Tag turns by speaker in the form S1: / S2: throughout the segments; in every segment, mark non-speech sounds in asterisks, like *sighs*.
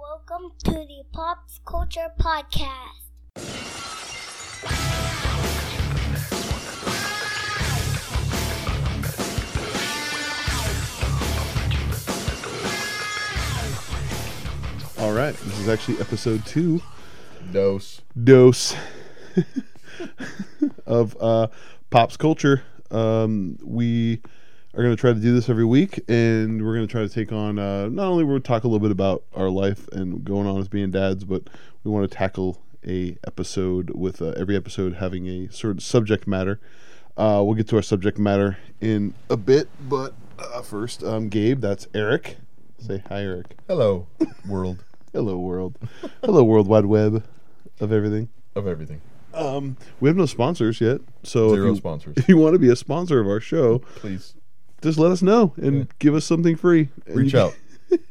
S1: welcome to the Pop Culture Podcast.
S2: All right, this is actually episode two
S3: dose.
S2: dose *laughs* of uh, pops culture. Um, we are going to try to do this every week, and we're going to try to take on uh, not only we'll talk a little bit about our life and going on as being dads, but we want to tackle a episode with uh, every episode having a sort of subject matter. Uh, we'll get to our subject matter in a bit, but uh, first, um, Gabe, that's Eric. Say hi, Eric.
S3: Hello, world
S2: Hello, world. Hello, world wide web of everything.
S3: of everything.
S2: Um, we have no sponsors yet, so
S3: Zero
S2: if you,
S3: sponsors.
S2: if you want to be a sponsor of our show,
S3: Please
S2: just let us know and
S3: Yeah.
S2: give us something free. *laughs* And
S3: reach
S2: you-
S3: out.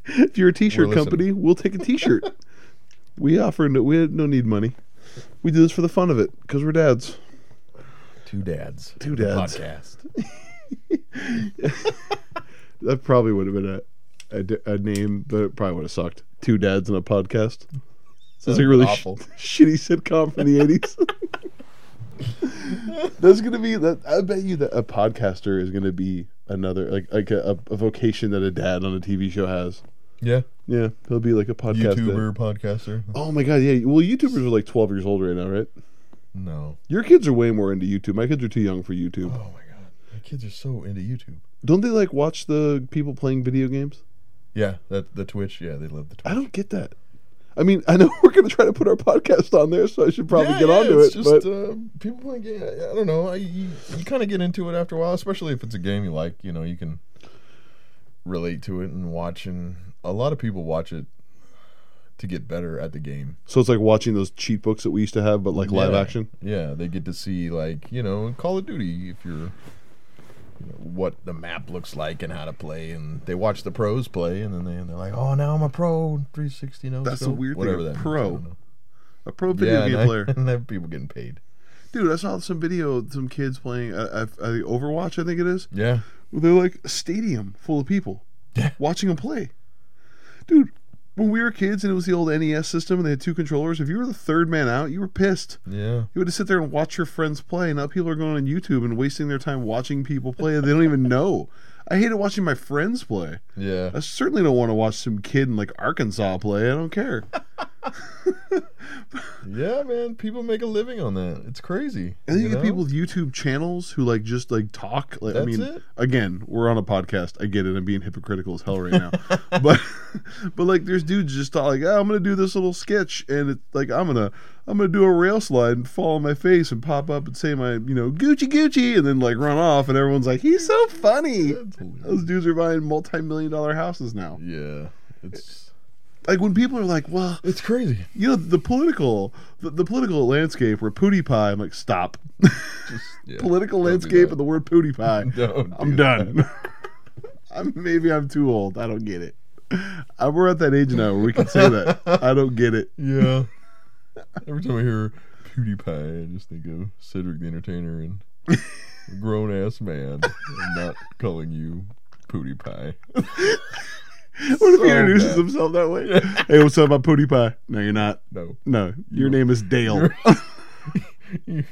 S2: If you're a t-shirt
S3: We're
S2: company, we'll take a t-shirt.
S3: *laughs*
S2: we offer no, we no need money. We do this for the fun of it because we're dads.
S3: Two dads.
S2: Two dads.
S3: Podcast.
S2: *laughs* That probably would have been a, a d- a name, but it probably would have sucked. Two dads and a podcast. Sounds like a really sh-
S3: awful.
S2: *laughs* shitty sitcom from the
S3: *laughs*
S2: eighties. That's gonna be that. I bet you that a podcaster is gonna be another like like a, a vocation that a dad on a TV show has.
S3: Yeah.
S2: Yeah, he'll be like a podcast. dad.
S3: YouTuber, podcaster.
S2: Oh my god, yeah. Well, YouTubers are like twelve years old right now, right?
S3: No.
S2: Your kids are way more into YouTube. My kids are too young for YouTube.
S3: Oh my god. My kids are so into YouTube.
S2: Don't they like watch the people playing video games?
S3: Yeah, that the Twitch. Yeah, they love the Twitch.
S2: I don't get that. I mean, I know *laughs* we're going to try to put our podcast on there, so I should probably
S3: Yeah,
S2: get
S3: yeah,
S2: onto it.
S3: it's
S2: but
S3: Just uh, people playing game. I I don't know. I, you you kind of get into it after a while, especially if it's a game you like. You know, you can relate to it and watch. And a lot of people watch it to get better at the game.
S2: so it's like watching those cheat books that we used to have, but like live
S3: Yeah.
S2: action.
S3: Yeah, they get to see like you know Call of Duty if you're you know, what the map looks like and how to play, and they watch the pros play, and then they, they're like, oh, now I'm a pro, 360 no
S2: That's the
S3: scope,"
S2: weird thing,
S3: whatever
S2: a
S3: that means, I
S2: pro.
S3: don't know.
S2: A pro
S3: yeah, and, I- *laughs* and have people getting paid.
S2: dude. I saw some video, of some kids playing uh, uh, Overwatch. I think it is.
S3: Yeah,
S2: where They're like a stadium full of people
S3: Yeah.
S2: watching them play, dude. When we were kids and it was the old NES system and they had two controllers, if you were the third man out, you were pissed.
S3: yeah.
S2: You would just sit there and watch your friends play. Now people are going on YouTube and wasting their time watching people play. They don't even know. I hated watching my friends play.
S3: Yeah,
S2: I certainly don't want to watch some kid in like Arkansas play. I don't care.
S3: yeah, man. People make a living on that. It's crazy.
S2: And then you,
S3: you
S2: get
S3: know?
S2: people with YouTube channels who like just like talk. Like I
S3: That's
S2: mean,
S3: it.
S2: again, we're on a podcast. I get it. I'm being hypocritical as hell right
S3: *laughs*
S2: now. but but like, there's dudes just thought like, oh, I'm gonna do this little sketch, and it's like I'm gonna I'm gonna do a rail slide and fall on my face and pop up and say my you know Gucci Gucci, and then like run off, and everyone's like, he's so funny.
S3: That's
S2: Those
S3: weird.
S2: dudes are buying multi million dollar houses now.
S3: Yeah, it's
S2: Like when people are like, well,
S3: it's crazy.
S2: you know, the political the, the political landscape where Pootie Pie, I'm like, stop.
S3: Just yeah, *laughs*
S2: political
S3: don't do
S2: landscape
S3: that.
S2: and the word Pootie Pie.
S3: Don't
S2: I'm
S3: do that. *laughs*
S2: done. *laughs* I'm, maybe I'm too old. I don't get it. Uh, we're at that age now where we can say that. I don't get
S3: *laughs*
S2: it.
S3: Yeah.
S2: *laughs*
S3: Every time I hear PewDiePie, I just think of Cedric the Entertainer and a grown ass man. I'm not calling you
S2: *laughs*
S3: PewDiePie.
S2: What if he
S3: So
S2: introduces
S3: bad.
S2: himself that way? Oh, *laughs* hey, what's up about Pootie Pie? No, you're not.
S3: No.
S2: No, your name is Dale.
S3: *laughs*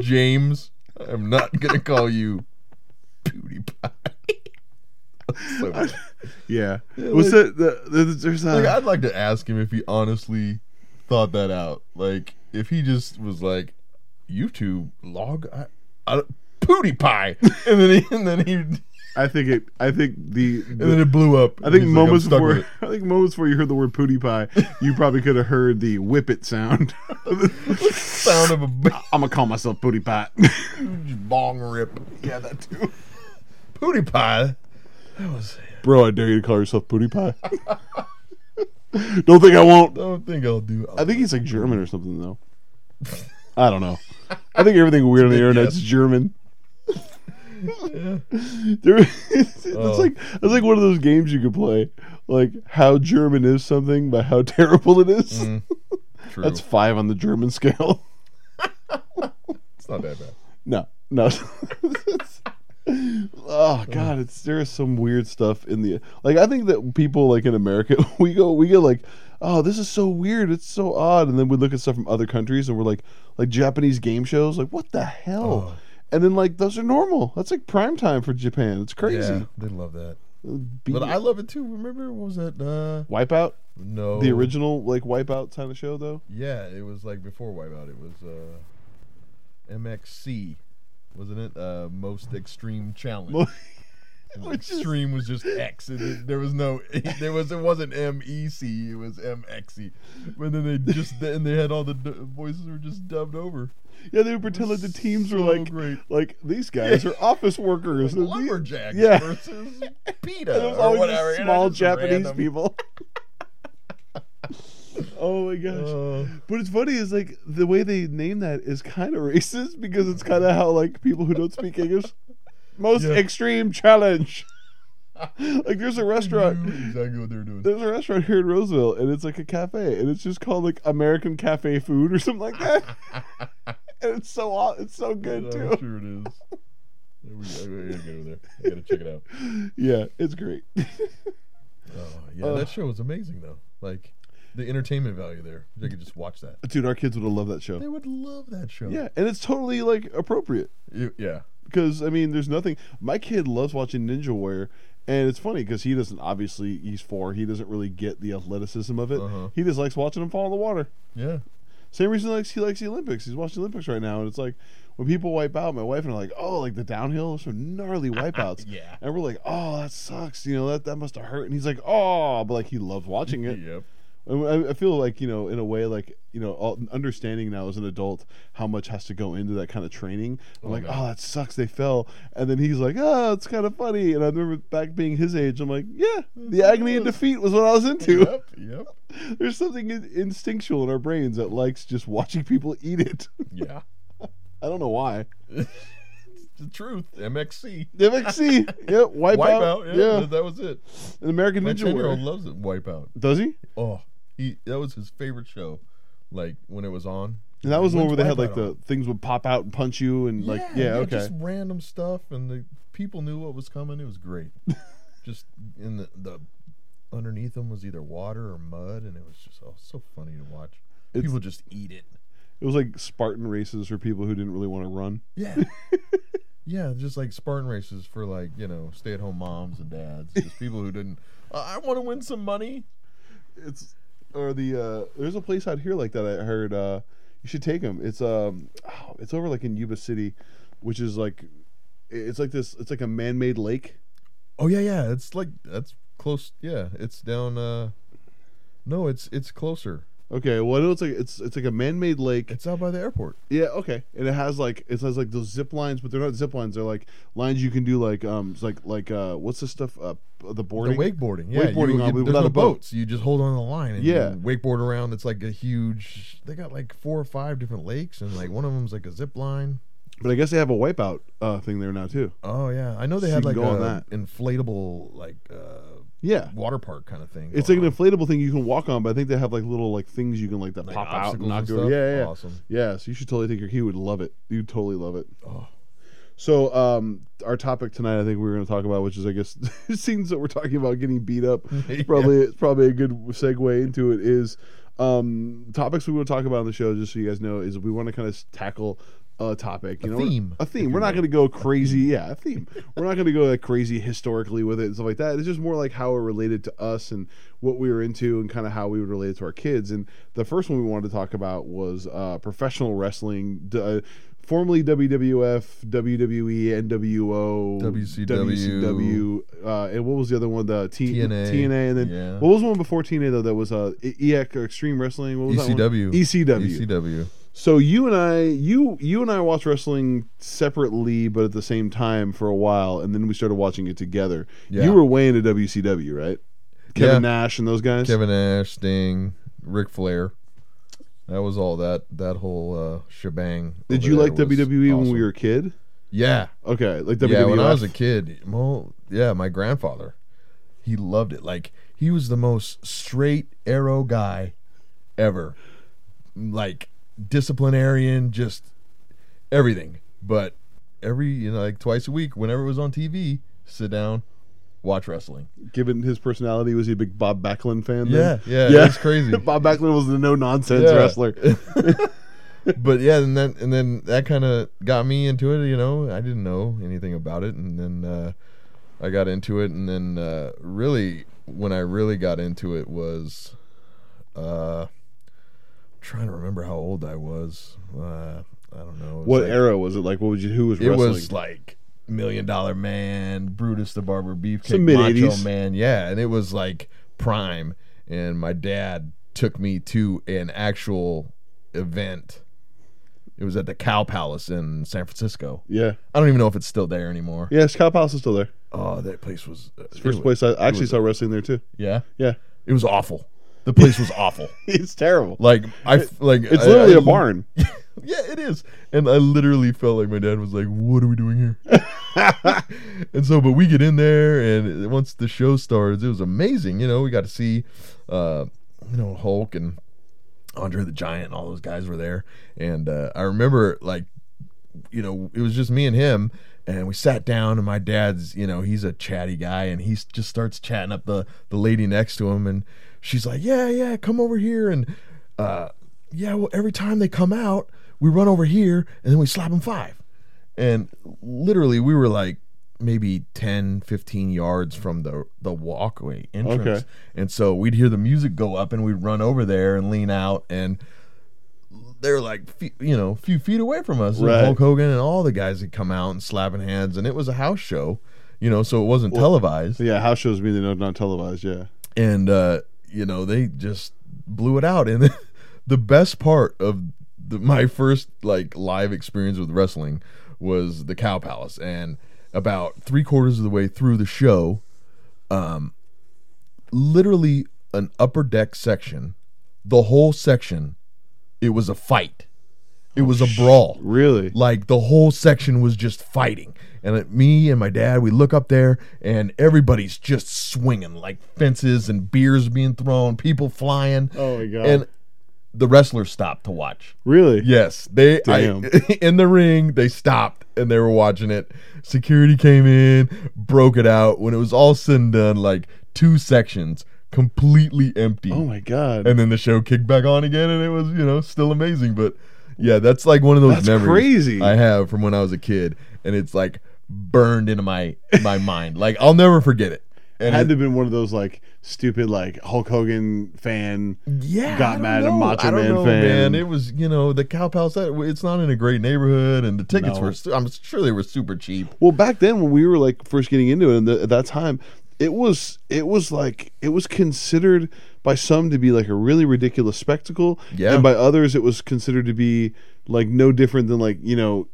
S3: James, I'm not going to call you PewDiePie. *laughs* That's
S2: *laughs*
S3: so bad.
S2: yeah.
S3: Yeah,
S2: What's
S3: like-
S2: that? The, the, there's uh,
S3: Like,
S2: a.
S3: I'd like to ask him if he honestly thought that out. Like, if he just was like, YouTube log, I, I,
S2: *laughs*
S3: PewDiePie, and then he, and then he, and
S2: I think it. I think the. the-
S3: then it blew up.
S2: I think
S3: He's like, "I'm
S2: moments
S3: stuck with
S2: before. *laughs*
S3: it."
S2: I think moments before you heard the word Pootie Pie, you probably could have heard the whip it
S3: *laughs*
S2: sound.
S3: *laughs*
S2: *laughs*
S3: sound *laughs* of a big
S2: I'm gonna call myself Pootie Pie.
S3: bong rip. Yeah, that too. Pootie pie. That was.
S2: Bro, I dare you to call yourself Pootie Pie. Don't think I won't.
S3: I don't think I'll do.
S2: I think he's like German or something, though. I don't know. I think everything weird on the
S3: Good
S2: internet's
S3: guess.
S2: German.
S3: Yeah.
S2: There, it's
S3: Oh.
S2: like it's like one of those games you could play, like how German is something by how *laughs* terrible it is.
S3: Mm, *laughs* true.
S2: That's five on the German scale.
S3: it's not that bad.
S2: No, no. *laughs* oh god, *laughs* it's there is some weird stuff in the like. I think that people like in America, we go we get like oh, this is so weird. It's so odd. And then we look at stuff from other countries and we're like, like Japanese game shows. Like, what the hell?
S3: Oh,
S2: And then like those are normal. That's like prime time for Japan. It's
S3: Yeah,
S2: crazy.
S3: they love that.
S2: Be-
S3: But I love it too. Remember what was that? Uh,
S2: Wipeout,
S3: no,
S2: the original like Wipeout kind of show though.
S3: Yeah, it was like before Wipeout. It was uh, MXC, wasn't it? Uh, most Extreme Challenge. *laughs* And
S2: *laughs* Which is-
S3: extreme was just X. And it- there was no. *laughs* There was. It wasn't M E C. It was M X E. But then they just. *laughs* Then they had all the d- voices were just dubbed over.
S2: Yeah, they would pretend like the teams were
S3: so
S2: like *laughs*
S3: great.
S2: like these guys
S3: *laughs*
S2: are office workers. and the-
S3: Lumberjacks
S2: yeah.
S3: versus
S2: *laughs* and it
S3: PETA
S2: was
S3: or
S2: always
S3: whatever.
S2: just
S3: you know,
S2: small
S3: just
S2: Japanese
S3: random. *laughs*
S2: people. oh my gosh.
S3: Uh,
S2: But it's funny is like the way they name that is kind of *laughs* racist because it's kind of how like people who don't speak English most
S3: Yeah.
S2: extreme
S3: *laughs*
S2: challenge. like there's a
S3: knew
S2: restaurant
S3: Exactly what they were doing.
S2: there's a restaurant here in Roseville and it's like a cafe and it's just called like American Cafe Food or something like that.
S3: *laughs*
S2: and it's so aw- it's so good
S3: Yeah,
S2: too.
S3: I'm sure
S2: *laughs*
S3: it is. There we go. I gotta go there. I gotta check it out.
S2: Yeah, it's great.
S3: Oh, yeah,
S2: Uh,
S3: that show was amazing though. Like the entertainment value there. They could just watch that.
S2: Dude, our kids would have loved that show.
S3: They would love that show.
S2: Yeah, and it's totally like appropriate.
S3: You- yeah.
S2: because I mean, there's nothing. My kid loves watching Ninja Warrior, and it's funny because he doesn't obviously he's four. He doesn't really get the athleticism of it.
S3: Uh-huh.
S2: He just likes watching him fall in the water.
S3: Yeah.
S2: Same reason he likes he likes the Olympics. He's watching the Olympics right now, and it's like when people wipe out, my wife and I are like, oh, like the downhill, some gnarly
S3: *laughs*
S2: wipeouts.
S3: Yeah.
S2: And we're like, oh, that sucks. You know that that must have hurt. And he's like, oh, but like he loves watching it.
S3: Yep.
S2: And I, I feel like you know, in a way, like you know, all, understanding now as an adult how much has to go into that kind of training. I'm
S3: Oh,
S2: like,
S3: yeah.
S2: oh, that sucks. They fell, and then he's like, oh, it's kind of funny. And I remember back being his age, I'm like, yeah, the agony and defeat was what I was into.
S3: Yep. Yep.
S2: *laughs* There's something in, instinctual in our brains that likes just watching people eat it. *laughs*
S3: Yeah.
S2: I don't know why.
S3: It's the truth. MXC. *laughs*
S2: MXC, yep, wipe,
S3: Wipeout.
S2: out,
S3: yeah,
S2: yeah,
S3: That, that was it.
S2: an American
S3: My
S2: Ninja
S3: ten-year-old
S2: Warrior.
S3: loves it. Wipeout.
S2: Does he?
S3: Oh, he that was his favorite show. Like when it was on.
S2: And that was the one where
S3: When's
S2: they had
S3: Wipeout
S2: like the things would pop out and punch you and like yeah, okay.
S3: Just random stuff, and the people knew what was coming. It
S2: *laughs*
S3: was great. just in the, the underneath them was either water or mud, and it was just oh, so funny to watch.
S2: It's-
S3: people just eat it.
S2: It was like Spartan races for people who didn't really want to run. *laughs*
S3: Yeah. Yeah, just like Spartan races for like you know stay-at-home moms and dads, just people who didn't. I want to win some money.
S2: It's or the uh, there's a place out here like that I heard uh, you should take them. It's um oh, it's over like in Yuba City, which is like it's like this it's like a man-made lake.
S3: Oh yeah, yeah, it's like that's close. Yeah, it's down. uh No, it's it's closer.
S2: Okay, well I know it's like it's it's like a man-made lake.
S3: It's out by the airport.
S2: Yeah, okay. And it has like it has like those zip lines, but they're not zip lines. They're like lines you can do like um it's like like uh what's the stuff uh the boarding
S3: The wakeboarding, yeah.
S2: Wakeboarding
S3: you,
S2: on-
S3: you, there's
S2: without
S3: no
S2: a boat.
S3: boats. You just hold on to the line and
S2: Yeah.
S3: you wakeboard around. It's like a huge. They got like four or five different lakes, and like one of them's like a zip line.
S2: But I guess they have a wipeout uh thing there now too.
S3: Oh yeah, I know they
S2: So you
S3: had
S2: can
S3: like
S2: go on
S3: a
S2: that.
S3: inflatable like uh,
S2: Yeah.
S3: water park kind of thing.
S2: It's like an
S3: going on.
S2: inflatable thing you can walk on, but I think they have like little like things you can like that
S3: Like
S2: pop out and
S3: obstacles
S2: knock
S3: and
S2: you over.
S3: stuff? Oh.
S2: Yeah, yeah, yeah.
S3: *laughs* Awesome.
S2: Yeah, so you should totally take your. He would love it. You'd totally love it.
S3: Oh.
S2: So, um, our topic tonight, I think we were going to talk about, which is, I guess, *laughs* scenes that we're talking about getting beat up.
S3: *laughs* Yeah.
S2: Probably, it's probably a good segue into it. Is um, topics we want to talk about on the show, just so you guys know, is we want to kind of tackle a topic, you
S3: A
S2: know, we're-
S3: theme,
S2: a
S3: if
S2: theme.
S3: you
S2: We're not going
S3: will.
S2: to go crazy, yeah, a theme. we're not going to go like crazy historically with it and stuff like that. It's just more like how it related to us and what we were into and kind of how we would relate it to our kids. And the first one we wanted to talk about was uh, professional wrestling. D- uh, Formerly WWF, WWE, NWO,
S3: WCW.
S2: WCW, uh, and what was the other one? The T-
S3: TNA.
S2: TNA, and then
S3: Yeah.
S2: what was the one before TNA though? That was uh, E- EX or Extreme Wrestling. What was that
S3: ECW.
S2: one?
S3: E
S2: ECW.
S3: ECW.
S2: So you and I, you you and I watched wrestling separately, but at the same time for a while, and then we started watching it together.
S3: Yeah.
S2: You were way into WCW, right? Kevin
S3: Yeah.
S2: Nash and those guys.
S3: Kevin Nash, Sting, Ric Flair. That was all that that whole uh, shebang.
S2: Did
S3: over
S2: you
S3: there
S2: like
S3: was
S2: WWE when
S3: awesome.
S2: we were a kid?
S3: Yeah,
S2: Okay, like E, WWF.
S3: yeah. When I was a kid, well, yeah, my grandfather, he loved it. Like he was the most straight arrow guy ever. Like disciplinarian, just everything. But every you know, like twice a week, whenever it was on TV, sit down, watch wrestling.
S2: Given his personality, was he a big Bob Backlund fan?
S3: Yeah,
S2: then?
S3: yeah,
S2: Yeah. *laughs*
S3: it's crazy.
S2: Bob Backlund was the no nonsense
S3: Yeah. *laughs*
S2: wrestler.
S3: but yeah, and then and then that kind of got me into it. You know, I didn't know anything about it, and then uh, I got into it, and then uh, really when I really got into it was, uh, trying to remember how old I was. Uh, I don't know It was
S2: What
S3: like-
S2: era was it? Like, what would you? Who was
S3: It
S2: wrestling?
S3: was like Million Dollar Man, Brutus the Barber, Beefcake,
S2: Some
S3: Macho
S2: mid-eighties.
S3: Man. Yeah, and it was like prime. And my dad took me to an actual event. It was at the Cow Palace in San Francisco.
S2: yeah,
S3: I don't even know if it's still there anymore.
S2: yeah. Scott House is still there.
S3: Oh, that place was
S2: It's
S3: it
S2: the first
S3: was-
S2: place I I actually
S3: was-
S2: saw wrestling there too. *laughs*
S3: Yeah,
S2: Yeah,
S3: it was awful. The place was awful.
S2: it's terrible.
S3: Like I f- like
S2: It's
S3: I-
S2: literally
S3: I
S2: a
S3: li- *laughs*
S2: barn.
S3: yeah, it is. And I literally felt like my dad was like, "What are we doing here?" *laughs* and so, but we get in there, and once the show starts, it was amazing. You know, we got to see, uh, you know, Hulk and Andre the Giant, and all those guys were there. And uh, I remember, like, you know, it was just me and him, and we sat down, and my dad's, you know, he's a chatty guy, and he just starts chatting up the the lady next to him, and she's like, "Yeah, yeah, come over here," and uh, yeah, well, every time they come out, we run over here, and then we slap them five and literally we were like maybe 10 15 yards from the the walkway entrance
S2: Okay.
S3: and so we'd hear the music go up and we'd run over there and lean out and they're like fe- you know a few feet away from us And
S2: Right.
S3: hulk hogan and all the guys had come out and slapping hands and it was a house show you know so it wasn't televised
S2: Yeah, house shows mean they're not televised. Yeah,
S3: and uh, you know they just blew it out. And *laughs* the best part of the, my first like live experience with wrestling was the Cow Palace, and about three quarters of the way through the show, um, literally an upper deck section, the whole section, it was a fight. It was a brawl.
S2: really.
S3: Like the whole section was just fighting. And it, me and my dad, we look up there and everybody's just swinging like fences and beers being thrown, people flying.
S2: Oh my god.
S3: And the wrestlers stopped to watch.
S2: really?
S3: Yes, they I-
S2: Damn.
S3: *laughs* in the ring. They stopped and they were watching it. Security came in, broke it out. When it was all said and done, like two sections completely empty
S2: Oh my god.
S3: and then the show kicked back on again and it was you know still amazing but yeah that's like one of those
S2: That's
S3: memories
S2: crazy.
S3: i have from when i was a kid and it's like burned into my
S2: *laughs*
S3: my mind like i'll never forget it
S2: It
S3: and
S2: had
S3: it-
S2: to have been one of those like stupid like Hulk Hogan fan.
S3: yeah,
S2: got
S3: I don't
S2: mad at
S3: know.
S2: Macho
S3: I don't
S2: Man
S3: know,
S2: fan.
S3: man. It was you know the cow palace. That it's not in a great neighborhood, and the tickets
S2: No.
S3: were. su- I'm sure they were super cheap.
S2: Well, back then when we were like first getting into it, and the, at that time, it was it was like it was considered by some to be like a really ridiculous spectacle,
S3: Yeah.
S2: and by others it was considered to be like no different than like you know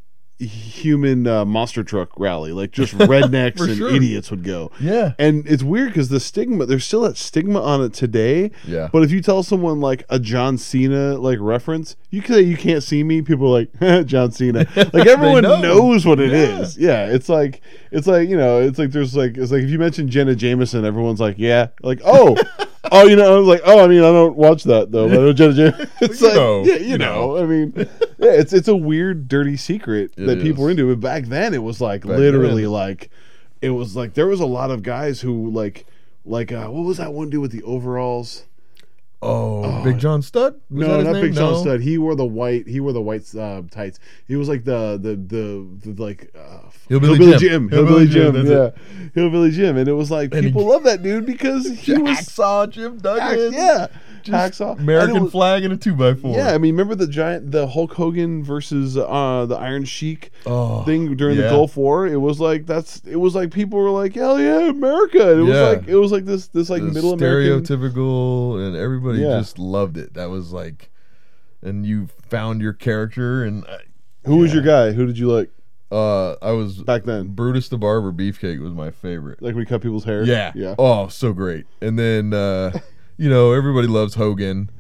S2: human uh, monster truck rally, like just rednecks
S3: *laughs* For
S2: and
S3: sure.
S2: idiots would go.
S3: Yeah,
S2: And it's weird because the stigma, there's still that stigma on it today.
S3: Yeah.
S2: But if you tell someone like a John Cena like reference, you can say you can't see me. People are like *laughs* John
S3: *laughs*
S2: Cena. Like everyone
S3: know.
S2: knows what it
S3: Yeah.
S2: is. yeah. It's like it's like you know it's like there's like it's like if you mention Jenna Jameson, everyone's like yeah, like
S3: *laughs*
S2: oh. Oh, you know, I was like, oh, I mean, I don't watch that though. But I know Jenna Jameson. *laughs* It's
S3: You
S2: like,
S3: know,
S2: yeah, you
S3: you
S2: know, I
S3: *laughs*
S2: mean, yeah, it's it's a weird, dirty secret
S3: It
S2: that people
S3: is.
S2: were into. But back then, it was like
S3: Back
S2: literally
S3: then.
S2: like it was like there was a lot of guys who like like uh what was that one dude with the overalls
S3: Oh, Big John Stud? Was that
S2: no
S3: his
S2: not
S3: name?
S2: big john
S3: No.
S2: stud he wore the white he wore the white uh, tights he was like the the the, the like uh
S3: Hillbilly Jim.
S2: hillbilly
S3: Hillbilly
S2: jim,
S3: Jim, that's
S2: yeah hillbilly jim and it was like
S3: And he-
S2: people love that dude because he was
S3: Hacksaw Jim Duggan.
S2: yeah
S3: Just
S2: Hacksaw. And it
S3: American
S2: was-
S3: flag and a two by four.
S2: yeah, I mean, remember the giant, the Hulk Hogan versus uh, the Iron Sheik
S3: Oh,
S2: thing during the
S3: yeah.
S2: Gulf War. It was like that's. It was like people were like, "Hell yeah, America!" And it
S3: Yeah.
S2: was like it was like this this like
S3: the
S2: middle American
S3: stereotypical, and everybody
S2: Yeah.
S3: just loved it. That was like, and you found your character, and
S2: Who was your guy? Who did you like
S3: uh, I was
S2: back then?
S3: Brutus the Barber Beefcake was my favorite.
S2: Like we cut people's hair.
S3: Yeah,
S2: yeah.
S3: Oh, so great. And then,
S2: *laughs*
S3: uh, you know, everybody loves Hogan,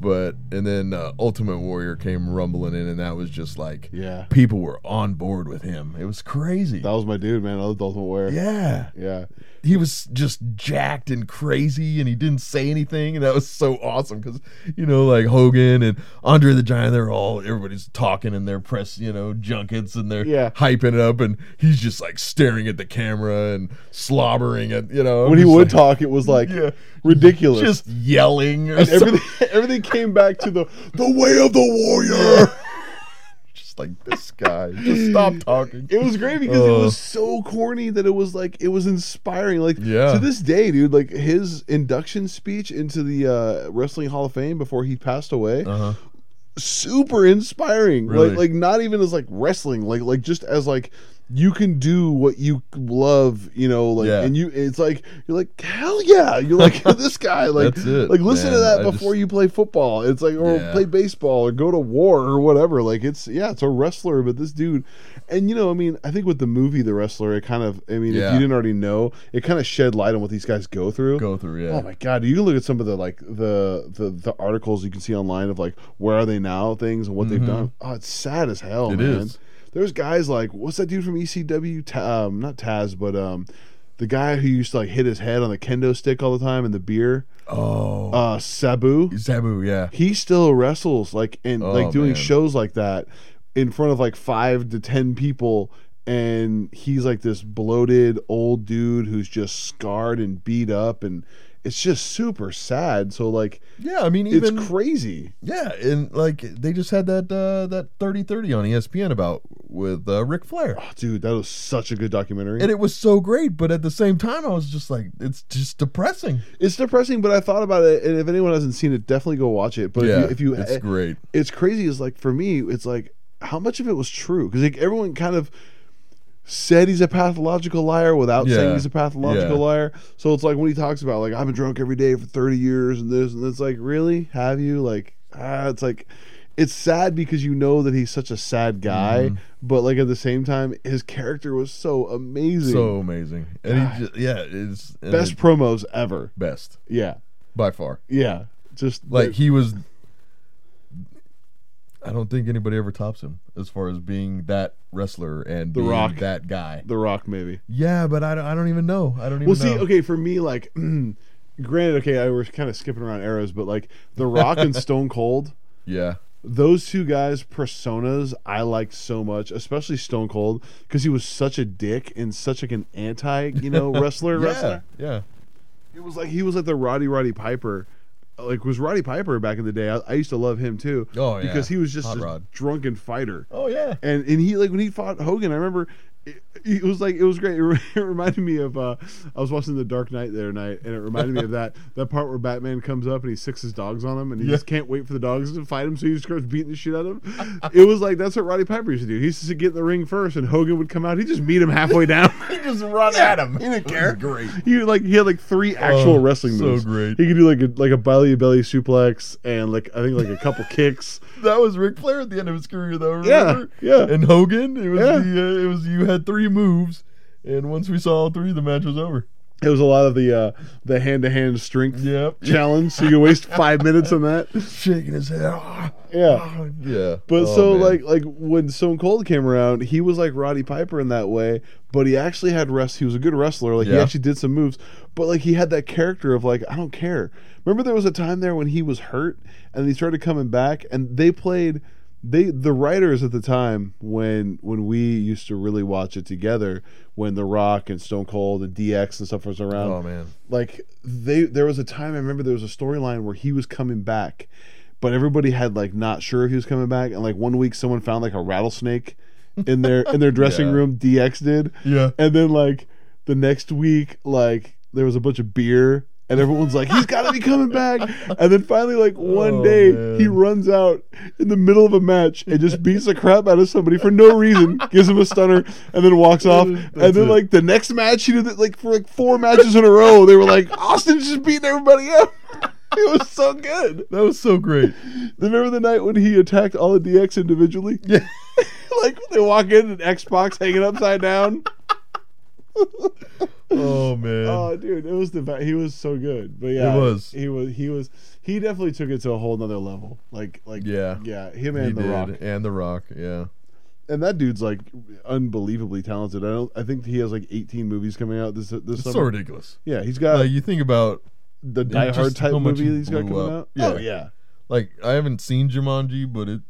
S3: but and then uh, Ultimate Warrior came rumbling in, and that was just like,
S2: Yeah,
S3: people were on board with him. It was crazy.
S2: that was my dude, man. I loved Ultimate Warrior.
S3: yeah.
S2: yeah.
S3: he was just jacked and crazy and he didn't say anything and that was so awesome because you know like hogan and andre the giant they're all everybody's talking in their press you know junkets and they're
S2: Yeah.
S3: hyping it up and he's just like staring at the camera and slobbering at you know
S2: when he
S3: just
S2: would
S3: like-
S2: talk, it was like
S3: Yeah.
S2: ridiculous.
S3: just yelling or
S2: and
S3: something.
S2: everything, *laughs* everything came back to the the way of the warrior.
S3: *laughs* just like this guy just stop talking
S2: It was great because
S3: Uh.
S2: it was so corny that it was like it was inspiring. Like
S3: Yeah.
S2: to this day, dude, like his induction speech into the uh, wrestling Hall of Fame before he passed away,
S3: uh-huh
S2: super inspiring.
S3: Really?
S2: Like like not even as like wrestling, like like just as like you can do what you love, you know, like
S3: Yeah.
S2: and you it's like you're like hell yeah, you're like *laughs* this guy like
S3: That's it,
S2: like listen to
S3: man.
S2: that
S3: I
S2: before
S3: just-
S2: you play football. It's like or
S3: Yeah.
S2: play baseball or go to war or whatever. Like it's yeah, it's a wrestler, but this dude and you know, I mean, I think with the movie The Wrestler, it kind of I mean,
S3: Yeah.
S2: if you didn't already know, it kind of shed light on what these guys go through.
S3: go through yeah
S2: Oh my god! You can look at some of the like the the, the articles you can see online of like where are they now things and what
S3: Mhm.
S2: they've done. Oh, it's sad as hell,
S3: It
S2: man.
S3: is.
S2: There's guys like what's that dude from ECW? Ta- um, not Taz, but um, the guy who used to like hit his head on the kendo stick all the time and the beer.
S3: oh
S2: Uh, Sabu.
S3: Sabu, yeah.
S2: He still wrestles like and
S3: Oh,
S2: like doing
S3: man.
S2: shows like that in front of like five to ten people. And he's like this bloated old dude who's just scarred and beat up, and it's just super sad. So like,
S3: Yeah, I mean even
S2: it's crazy.
S3: yeah, and like they just had that uh that 30 on ESPN about with uh, Ric Flair.
S2: Oh, dude, that was such a good documentary.
S3: And it was so great, but at the same time I was just like it's just depressing.
S2: it's depressing, but I thought about it, and if anyone hasn't seen it, definitely go watch it. But if you, if you
S3: it's great.
S2: it's crazy is like for me it's like how much of it was true because like everyone kind of said he's a pathological liar without
S3: Yeah.
S2: saying he's a pathological
S3: Yeah.
S2: liar so it's like when he talks about like i've been drunk every day for 30 years and this and it's like really have you like ah, it's like it's sad because you know that he's such a sad guy
S3: Mm-hmm.
S2: but like at the same time his character was so amazing
S3: So amazing. And he just, yeah, it's and
S2: best
S3: it-
S2: promos ever
S3: best
S2: yeah
S3: by far.
S2: yeah just
S3: Like he was I don't think anybody ever tops him as far as being that wrestler and
S2: The
S3: being
S2: Rock.
S3: that guy.
S2: the rock maybe
S3: Yeah, but I don't, I don't even know. I don't even
S2: Well,
S3: know.
S2: see, okay, for me, like, *clears throat* granted, okay, I was kind of skipping around eras, but like The Rock
S3: *laughs*
S2: and Stone Cold,
S3: Yeah.
S2: those two guys' personas I liked so much, especially Stone Cold, because he was such a dick and such like an anti, you
S3: *laughs*
S2: know, wrestler.
S3: Yeah.
S2: Wrestler.
S3: Yeah.
S2: It was like he was like the Roddy Roddy Piper. Like was Roddy Piper back in the day? I, I used to love him too.
S3: Oh, yeah.
S2: because he was just
S3: Hot
S2: a
S3: Rod.
S2: drunken fighter
S3: Oh yeah.
S2: and and he like when he fought Hogan, I remember it, it was like it was great. *laughs* It, re- it reminded me of uh, I was watching The Dark Knight the other night, and it reminded me of that
S3: *laughs*
S2: that part where Batman comes up and he sicks his dogs on him, and he
S3: Yeah.
S2: just can't wait for the dogs to fight him, so he just starts beating the shit out of him. *laughs* it was like that's what Roddy Piper used to do. He used to get in the ring first, and Hogan would come out. He'd just meet him halfway
S3: *laughs*
S2: down. *laughs*
S3: He just run at him. He didn't care. Great.
S2: He like he had like three actual
S3: Oh,
S2: wrestling
S3: so
S2: moves.
S3: great.
S2: He could do like a, like a belly to belly suplex and like I think like a
S3: *laughs*
S2: couple kicks.
S3: That was Ric Flair at the end of his career, though.
S2: Yeah,
S3: Remember?
S2: yeah.
S3: And Hogan. It was
S2: Yeah.
S3: the. Uh, it was you had three moves, and once we saw all three, the match was over.
S2: It was a lot of the uh, the hand to hand strength
S3: Yep.
S2: challenge, so you waste five minutes on that.
S3: Shaking his head. Ah,
S2: Yeah.
S3: ah, yeah.
S2: But
S3: Oh,
S2: so
S3: man.
S2: like like when Stone Cold came around, he was like Roddy Piper in that way, but he actually had rest. He was a good wrestler. Like he
S3: Yeah.
S2: actually did some moves, but like he had that character of like I don't care. Remember there was a time there when he was hurt and he started coming back, and they played they the writers at the time when when we used to really watch it together when The Rock and Stone Cold and DX and stuff was around
S3: Oh man.
S2: like they there was a time I remember there was a storyline where he was coming back, but everybody had like not sure if he was coming back, and like one week someone found like a rattlesnake in their in their dressing
S3: Yeah.
S2: room. DX did,
S3: Yeah.
S2: and then like the next week like there was a bunch of beer. And everyone's like, he's got to be coming back. And then finally, like
S3: *laughs*
S2: one
S3: Oh,
S2: day,
S3: man.
S2: he runs out in the middle of a match and just beats the crap out of somebody for no reason, gives him a stunner, and then walks off. And
S3: *laughs* That's
S2: then,
S3: it.
S2: like, the next match, he did it like for like four matches in a row. They were like, Austin's just beating everybody up. *laughs* It was so good.
S3: That was so great.
S2: Remember the night when he attacked all the DX individually?
S3: Yeah.
S2: *laughs* like, they walk in and Xbox hanging upside down.
S3: Oh man.
S2: Oh, dude, it was the best. He was so good, but yeah,
S3: It was.
S2: He was. He was. He definitely took it to a whole nother level. Like, like,
S3: Yeah.
S2: yeah. Him
S3: he
S2: and The
S3: did.
S2: Rock.
S3: And the Rock. Yeah.
S2: and that dude's like unbelievably talented. I don't. I think he has like 18 movies coming out this this
S3: It's so
S2: summer.
S3: ridicululous.
S2: yeah, he's got
S3: like you think about
S2: the
S3: and
S2: Die Hard
S3: just
S2: type
S3: how much
S2: movie
S3: he
S2: he's got
S3: blew
S2: coming out.
S3: up.
S2: Oh
S3: Yeah.
S2: yeah,
S3: like I haven't seen Jumanji, but it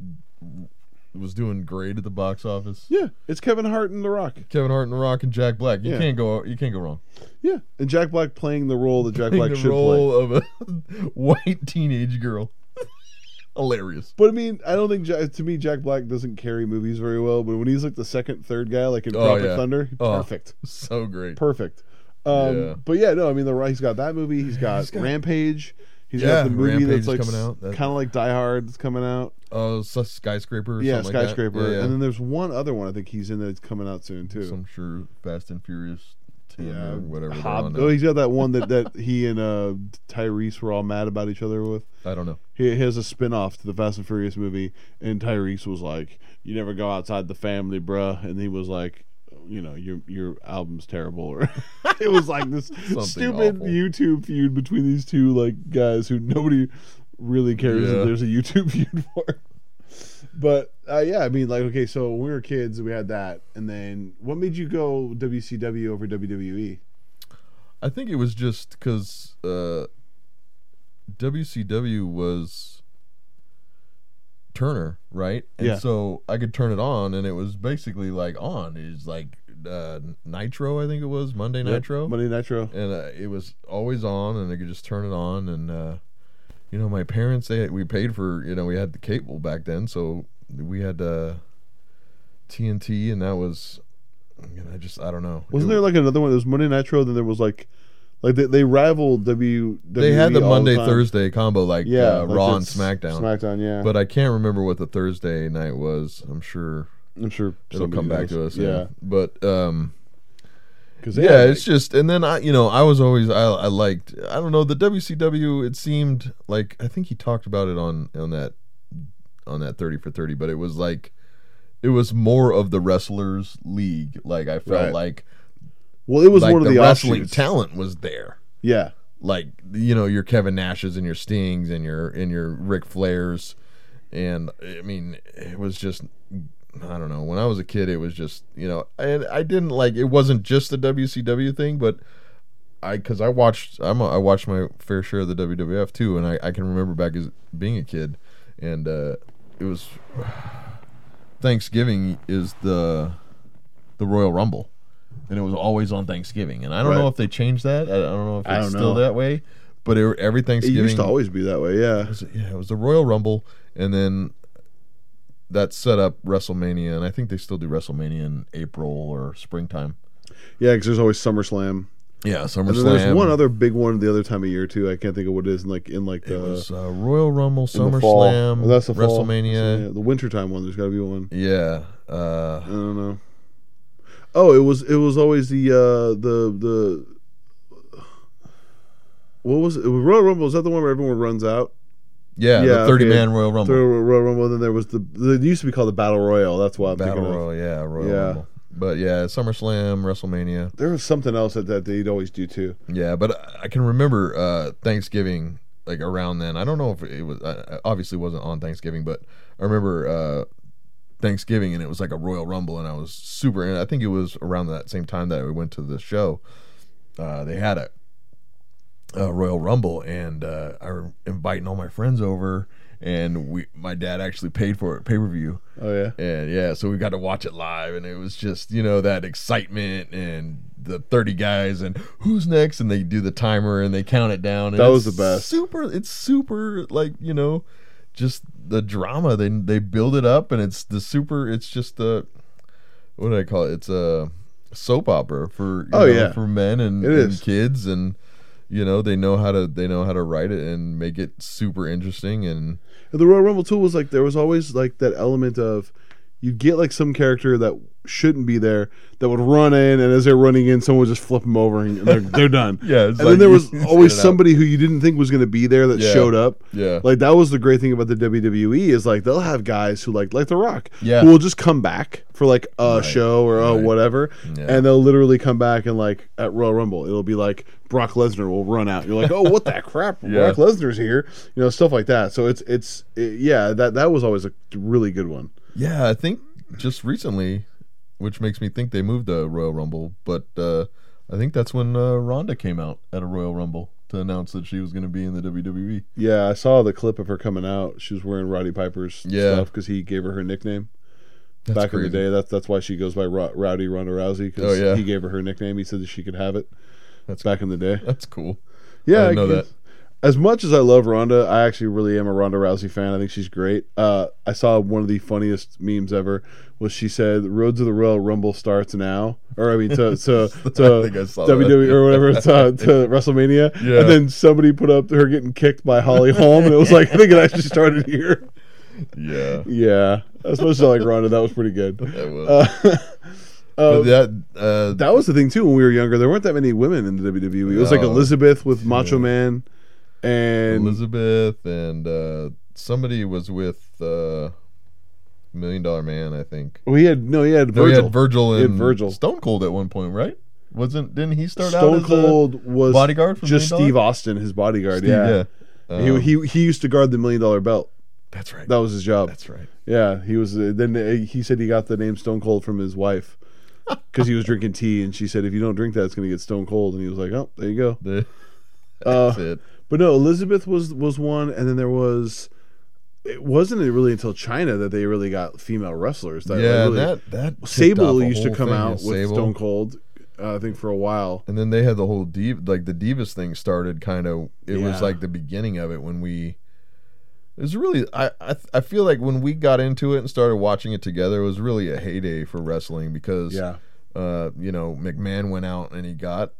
S3: was doing great at the box office.
S2: yeah. It's Kevin Hart and The Rock.
S3: Kevin Hart and The Rock and Jack Black. You
S2: Yeah.
S3: can't go. You can't go wrong.
S2: Yeah, and Jack Black playing the role that Jack
S3: Playing
S2: Black
S3: the
S2: should play.
S3: role of a *laughs* white teenage girl. *laughs* Hilarious.
S2: But I mean, I don't think Jack, to me Jack Black doesn't carry movies very well. But when he's like the second, third guy, like in
S3: Oh,
S2: Tropic
S3: yeah.
S2: Thunder,
S3: Oh.
S2: perfect,
S3: So great.
S2: perfect. Um,
S3: Yeah.
S2: But yeah, no, I mean, the Rock- he's got that movie. He's got,
S3: He's got-
S2: Rampage. He's
S3: Yeah,
S2: got the movie
S3: Rampage
S2: that's
S3: is
S2: like
S3: coming out. That-
S2: kind of like Die Hard that's coming out.
S3: Oh, s- skyscraper. Or
S2: yeah,
S3: something like that.
S2: skyscraper.
S3: Yeah, yeah.
S2: And then there's one other one I think he's in that's coming out soon too.
S3: some sure Fast and Furious. 10
S2: Yeah,
S3: or whatever. they're
S2: Hob-
S3: on now.
S2: oh, he's got that one that, that he and uh, Tyrese were all mad about each other with.
S3: I don't know.
S2: He he has a spin off to the Fast and Furious movie, and Tyrese was like, "You never go outside the family, bruh," and he was like. You know your your album's terrible, or *laughs* it was like
S3: *laughs*
S2: this stupid
S3: awful.
S2: YouTube feud between these two like guys who nobody really cares
S3: Yeah.
S2: that there's a YouTube *laughs* feud for. But uh, yeah, I mean, like, okay, so when we were kids, we had that, and then what made you go WCW over E? WWE?
S3: I think it was just because uh, WCW was Turner, right? And
S2: Yeah.
S3: so I could turn it on, and it was basically like on. It was like uh, Nitro, I think it was Monday Nitro,
S2: Monday Nitro.
S3: and uh, it was always on, and I could just turn it on. And uh, you know, my parents they we paid for you know we had the cable back then, so we had uh, TNT, and that was. And I just I don't know.
S2: Wasn't
S3: It-
S2: there like another one? There was Monday Nitro, then there was like, like they, they rivaled W.
S3: they had the
S2: WWE all
S3: Monday
S2: time.
S3: Thursday combo like
S2: yeah,
S3: uh,
S2: like
S3: Raw and
S2: it's
S3: SmackDown.
S2: SmackDown, yeah. But
S3: But I can't remember what the Thursday night was. I'm sure
S2: I'm sure
S3: it'll
S2: somebody
S3: come back
S2: knows.
S3: to
S2: Yeah,
S3: us. But um,
S2: because
S3: yeah, it's just and then I you know I was always I I liked I don't know the WCW. It seemed like I think he talked about it on on that on that 30 for 30, but it was like it was more of the wrestlers league. Like I felt
S2: Right.
S3: like
S2: well, it was
S3: like
S2: one of
S3: the,
S2: the,
S3: wrestling
S2: offshoots.
S3: talent was there.
S2: Yeah,
S3: like you know your Kevin Nashes and your Stings and your and your Ric Flairs, and I mean it was just I don't know. When I was a kid, it was just you know, and I didn't like it wasn't just the WCW thing, but I because I watched I'm a, I watched my fair share of the WWF too, and I I can remember back as being a kid, and uh, it was *sighs* Thanksgiving is the the Royal Rumble. And it was always on Thanksgiving, and I don't
S2: Right.
S3: know if they changed that. I I don't know if
S2: I
S3: it's
S2: don't
S3: still
S2: know.
S3: that way, but it, every
S2: it
S3: Thanksgiving
S2: used to always be that way. Yeah,
S3: was it- yeah, it was the Royal Rumble, and then that set up WrestleMania, and I think they still do WrestleMania in April or springtime.
S2: yeah, because there's always SummerSlam.
S3: Yeah, SummerSlam.
S2: And then there's one other big one the other time of year too. I can't think of what it is. In like in like
S3: It
S2: the
S3: was uh, Royal Rumble,
S2: in the fall.
S3: SummerSlam,
S2: Oh, that's the fall.
S3: WrestleMania.
S2: Yeah, the wintertime one. There's got to be one.
S3: Yeah, uh,
S2: I don't know. Oh, it was it was always the uh, the the what was it? it was Royal Rumble? Is that the one where everyone runs out?
S3: yeah,
S2: Yeah,
S3: the
S2: okay.
S3: thirty-man Royal Rumble,
S2: The Royal Rumble. And then there was the it used to be called the Battle Royal. That's why I'm
S3: Battle
S2: thinking of.
S3: Royal, yeah, Royal
S2: Yeah.
S3: Rumble. But yeah, SummerSlam, WrestleMania.
S2: There was something else that, that they'd always do too.
S3: Yeah, but I- I can remember uh, Thanksgiving like around then. I don't know if it was uh, obviously it wasn't on Thanksgiving, but I remember uh, Thanksgiving and it was like a Royal Rumble, and I was super. And I think it was around that same time that we went to the show. Uh, they had a, a Royal Rumble, and uh, I were inviting all my friends over, and we my dad actually paid for it pay per view.
S2: Oh yeah.
S3: And yeah, so we got to watch it live, and it was just you know that excitement and the thirty guys and who's next, and they do the timer and they count it down. And
S2: That was
S3: it's
S2: the best.
S3: Super, it's super like you know, just the drama. They they build it up, and it's the super. It's just the what do I call it? It's a soap opera for you
S2: Oh,
S3: know,
S2: yeah.
S3: for men and,
S2: It
S3: and
S2: is.
S3: kids and. You know they know how to they know how to write it and make it super interesting and
S2: And the Royal Rumble too was like there was always like that element of you'd get like some character that shouldn't be there that would run in and as they're running in someone would just flip them over and they're, they're done.
S3: *laughs* Yeah, it's
S2: And
S3: like
S2: then there
S3: you-
S2: was
S3: you
S2: *laughs* always
S3: set it up.
S2: somebody who you didn't think was going to be there that
S3: Yeah.
S2: showed up.
S3: yeah
S2: Like that was the great thing about the WWE is like they'll have guys who like like The Rock
S3: Yeah.
S2: who will just come back for like a
S3: Right.
S2: show or a
S3: Right.
S2: whatever
S3: Yeah.
S2: and they'll literally come back and like at Royal Rumble it'll be like Brock Lesnar will run out you're like oh what
S3: *laughs*
S2: that crap
S3: Yeah.
S2: Brock Lesnar's here you know stuff like that so it's it's it, yeah that that was always a really good one
S3: Yeah, I think just recently, which makes me think they moved the Royal Rumble, but uh, I think that's when uh, Ronda came out at a Royal Rumble to announce that she was going to be in the E WWE.
S2: Yeah, I saw the clip of her coming out. She was wearing Roddy Piper's
S3: Yeah.
S2: stuff because he gave her her nickname
S3: That's
S2: back
S3: crazy.
S2: in the day. That's that's why she goes by Ro- Rowdy Ronda Rousey because
S3: Oh, yeah.
S2: he gave her her nickname. He said that she could have it.
S3: That's-
S2: back in the day.
S3: *laughs* That's cool.
S2: Yeah,
S3: I didn't know
S2: guess- As much as I love Ronda, I actually really am a Ronda Rousey fan. I think she's great. Uh, I saw one of the funniest memes ever was she said, "Road to the Royal Rumble starts now," or I mean,
S3: *laughs*
S2: to to,
S3: I
S2: to
S3: think I saw that.
S2: WWE E or whatever to, to WrestleMania,
S3: Yeah.
S2: and then somebody put up her getting kicked by Holly Holm, and it was like *laughs* I think it actually started here.
S3: *laughs* *laughs* Yeah.
S2: Yeah, as much as I like Ronda, that was pretty
S3: *laughs*
S2: good.
S3: That was.
S2: *laughs* Uh,
S3: but
S2: uh,
S3: that, uh,
S2: that was the thing too. When we were younger, there weren't that many women in the WWE. It was like
S3: No.
S2: Elizabeth with Macho Man, and
S3: Elizabeth and uh, somebody was with uh, Million Dollar Man, I think.
S2: we had no, he had
S3: No,
S2: Virgil.
S3: he had Virgil
S2: He had
S3: and
S2: Virgil.
S3: Stone Cold at one point, right? Wasn't didn't he start out
S2: Stone
S3: as a
S2: Cold was
S3: bodyguard for
S2: just
S3: Million
S2: Steve
S3: Dollar?
S2: Austin, his bodyguard.
S3: Steve,
S2: yeah,
S3: Um,
S2: he, he he used to guard the million dollar belt.
S3: that's right.
S2: That was his job.
S3: That's right.
S2: Yeah, he was. Uh, then uh, he said he got the name Stone Cold from his
S3: *laughs*
S2: wife because he was drinking tea, and she said, "If you don't drink that, it's going to get stone cold." And he was like, "Oh, there you go."
S3: The-
S2: Uh,
S3: that's it.
S2: But no, Elizabeth was was one, and then there was. It wasn't really until China that they really got female wrestlers. That
S3: yeah,
S2: really,
S3: that that kicked off
S2: Sable
S3: a
S2: used to
S3: whole
S2: come
S3: thing,
S2: out
S3: yeah,
S2: with
S3: Sable.
S2: Stone Cold, uh, I think for a while.
S3: and then they had the whole div like the divas thing started kind of it
S2: Yeah.
S3: was like the beginning of it when we it was really I, I i feel like when we got into it and started watching it together it was really a heyday for wrestling because
S2: Yeah,
S3: uh you know mcmahon went out and he got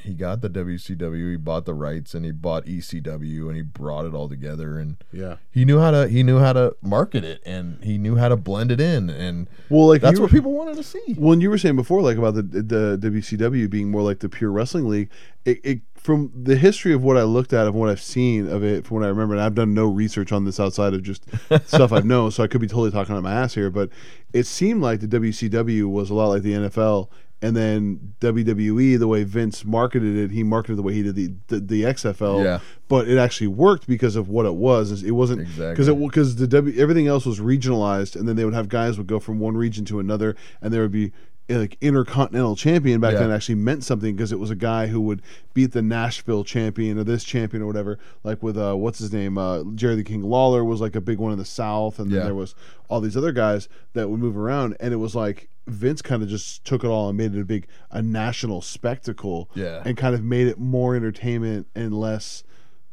S3: he got the wcw he bought the rights and he bought ecw and he brought it all together and
S2: yeah.
S3: he knew how to he knew how to market it and he knew how to blend it in and
S2: Well, like
S3: that's
S2: you
S3: what people wanted to see
S2: Well, and you were saying before, like about the the WCW being more like the pure wrestling league. It, it from the history of what I looked at, of what I've seen of it, from what I remember, and I've done no research on this outside of
S3: *laughs*
S2: just stuff I've known, so I could be totally talking out my ass here. But it seemed like the WCW was a lot like the NFL, and then WWE, the way Vince marketed it, he marketed the way he did the the, the XFL.
S3: *laughs* Yeah.
S2: But it actually worked because of what it was. It wasn't
S3: Exactly.
S2: because it because the W everything else was regionalized, and then they would have guys would go from one region to another, and there would be uh, like intercontinental champion back
S3: Yeah.
S2: then actually meant something because it was a guy who would beat the Nashville champion or this champion or whatever. Like with uh, what's his name, uh, Jerry the King Lawler was like a big one in the South, and then
S3: Yeah.
S2: there was all these other guys that would move around, and it was like. Vince kind of just took it all and made it a big a national spectacle
S3: Yeah.
S2: and kind of made it more entertainment and less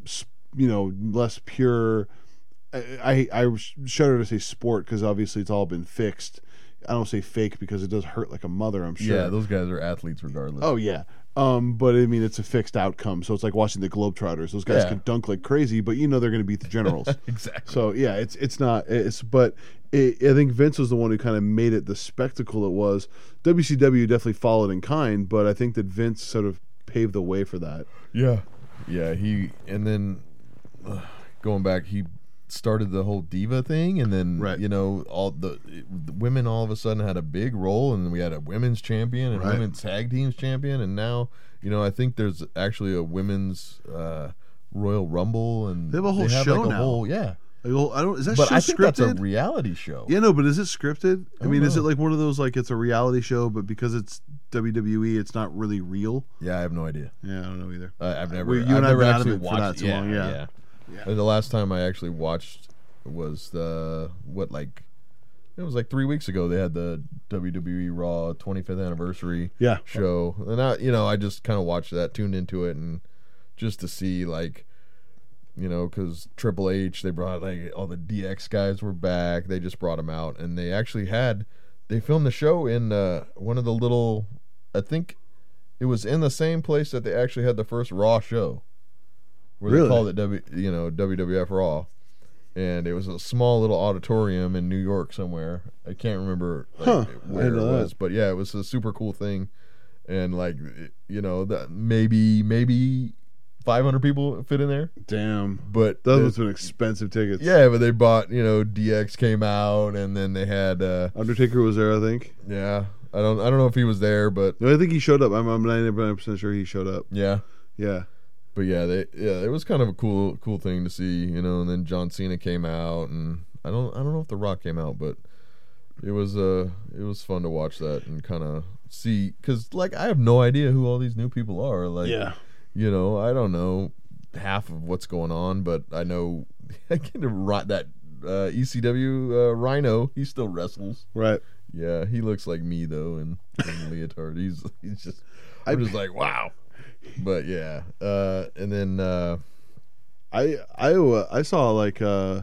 S2: s- you know less pure I, I I shudder to say sport because obviously it's all been fixed. I don't say fake because it does hurt like a mother, I'm sure.
S3: yeah those guys are athletes regardless
S2: oh yeah. Um, but I mean, it's a fixed outcome. So it's like watching the Globetrotters. Those guys
S3: Yeah.
S2: can dunk like crazy, but you know they're going to beat the
S3: *laughs*
S2: Generals.
S3: exactly
S2: so yeah, it's it's not. It's but it, I think Vince was the one who kind of made it the spectacle it was. WCW definitely followed in kind, but I think that Vince sort of paved the way for that.
S3: Yeah. Yeah, he and then uh, going back, he started the whole diva thing and then
S2: Right.
S3: you know all the, the women all of a sudden had a big role and we had a women's champion and
S2: Right.
S3: women's tag teams champion and now you know I think there's actually a women's uh, Royal Rumble and
S2: They have a whole show now.
S3: yeah.
S2: Like, well, I don't. Is that
S3: But
S2: show
S3: I think
S2: scripted?
S3: that's a reality show.
S2: Yeah, no, but is it scripted? I,
S3: don't
S2: mean, is it
S3: know.
S2: like one of those like it's a reality show, but because it's WWE, it's not really real?
S3: Yeah, I have no idea.
S2: Yeah, I don't know either.
S3: I I've never.
S2: Well, you
S3: I've
S2: and I have
S3: never
S2: been
S3: actually
S2: adamant for
S3: watched
S2: not too
S3: yeah,
S2: long, yeah.
S3: yeah.
S2: Yeah.
S3: And the last time I actually watched was the what like it was like three weeks ago. They had the WWE Raw 25th anniversary
S2: Yeah,
S3: show, and I you know I just kind of watched that, tuned into it, and just to see like. You know, because Triple H, they brought like all the DX guys were back. They just brought them out, and they actually had they filmed the show in uh, one of the little. I think it was in the same place that they actually had the first Raw show, where
S2: Really?
S3: they called it W, you know, WWF Raw, and it was a small little auditorium in New York somewhere. I can't remember like,
S2: Huh, I
S3: where it
S2: didn't know that.
S3: was, but yeah, it was a super cool thing, and like it- you know, that maybe maybe 500 people fit in there,
S2: damn,
S3: but
S2: those
S3: the-
S2: must have been expensive tickets.
S3: yeah, but they bought you know DX came out, and then they had uh
S2: Undertaker was there, I think.
S3: yeah. I don't. I don't know if he was there, but
S2: No, I think he showed up. I'm I'm 99 percent sure he showed up.
S3: yeah.
S2: Yeah,
S3: but yeah, they yeah, it was kind of a cool cool thing to see, you know. And then John Cena came out, and I don't I don't know if The Rock came out, but It was uh, it was fun to watch that and kind of see, cause like I have no idea who all these new people are. Like,
S2: yeah.
S3: you know, I don't know half of what's going on, but I know *laughs* I can rot that uh, ECW uh, Rhino. He still wrestles.
S2: Right.
S3: Yeah, he looks like me though, in, in leotard. He's he's just
S2: I-
S3: I'm just like wow. But yeah, uh, and then uh,
S2: I I uh, I saw like uh,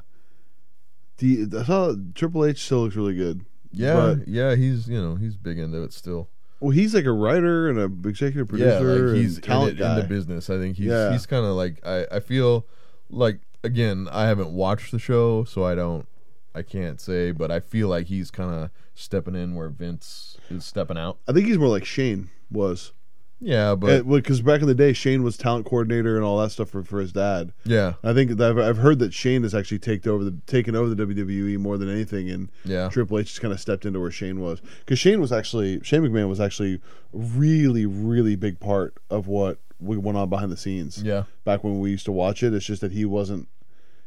S2: the I saw Triple H still looks really good.
S3: yeah,
S2: But-
S3: yeah, he's you know he's big into it still.
S2: Well, he's like a writer and a executive
S3: yeah,
S2: producer
S3: like
S2: and
S3: he's in,
S2: talent
S3: it,
S2: guy.
S3: in the business. I think he's
S2: Yeah.
S3: he's kind of like I I feel like again I haven't watched the show, so I don't I can't say, but I feel like he's kind of stepping in where Vince is stepping out.
S2: I think he's more like Shane was,
S3: Yeah, but
S2: because back in the day Shane was talent coordinator and all that stuff for, for his dad.
S3: yeah,
S2: I think that I've, I've heard that Shane has actually taken over the taken over the WWE more than anything, and
S3: yeah,
S2: Triple H just kind of stepped into where Shane was because Shane was actually Shane McMahon was actually really really big part of what we went on behind the scenes.
S3: yeah,
S2: back when we used to watch it. It's just that he wasn't.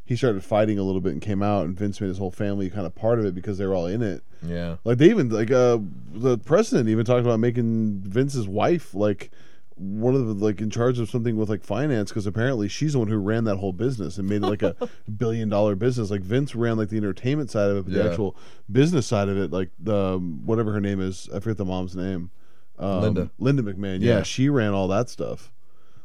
S2: He started fighting a little bit and came out, and Vince made his whole family kind of part of it because they were all in it.
S3: yeah,
S2: Like they even like uh the president even talked about making Vince's wife like one of the like in charge of something with like finance because apparently she's the one who ran that whole business and made it
S3: *laughs*
S2: like a billion dollar business. Like Vince ran like the entertainment side of it, but the
S3: Yeah.
S2: actual business side of it, like the um, whatever her name is, I forget the mom's name. Um,
S3: Linda.
S2: Linda McMahon. Yeah.
S3: Yeah.
S2: she ran all that stuff.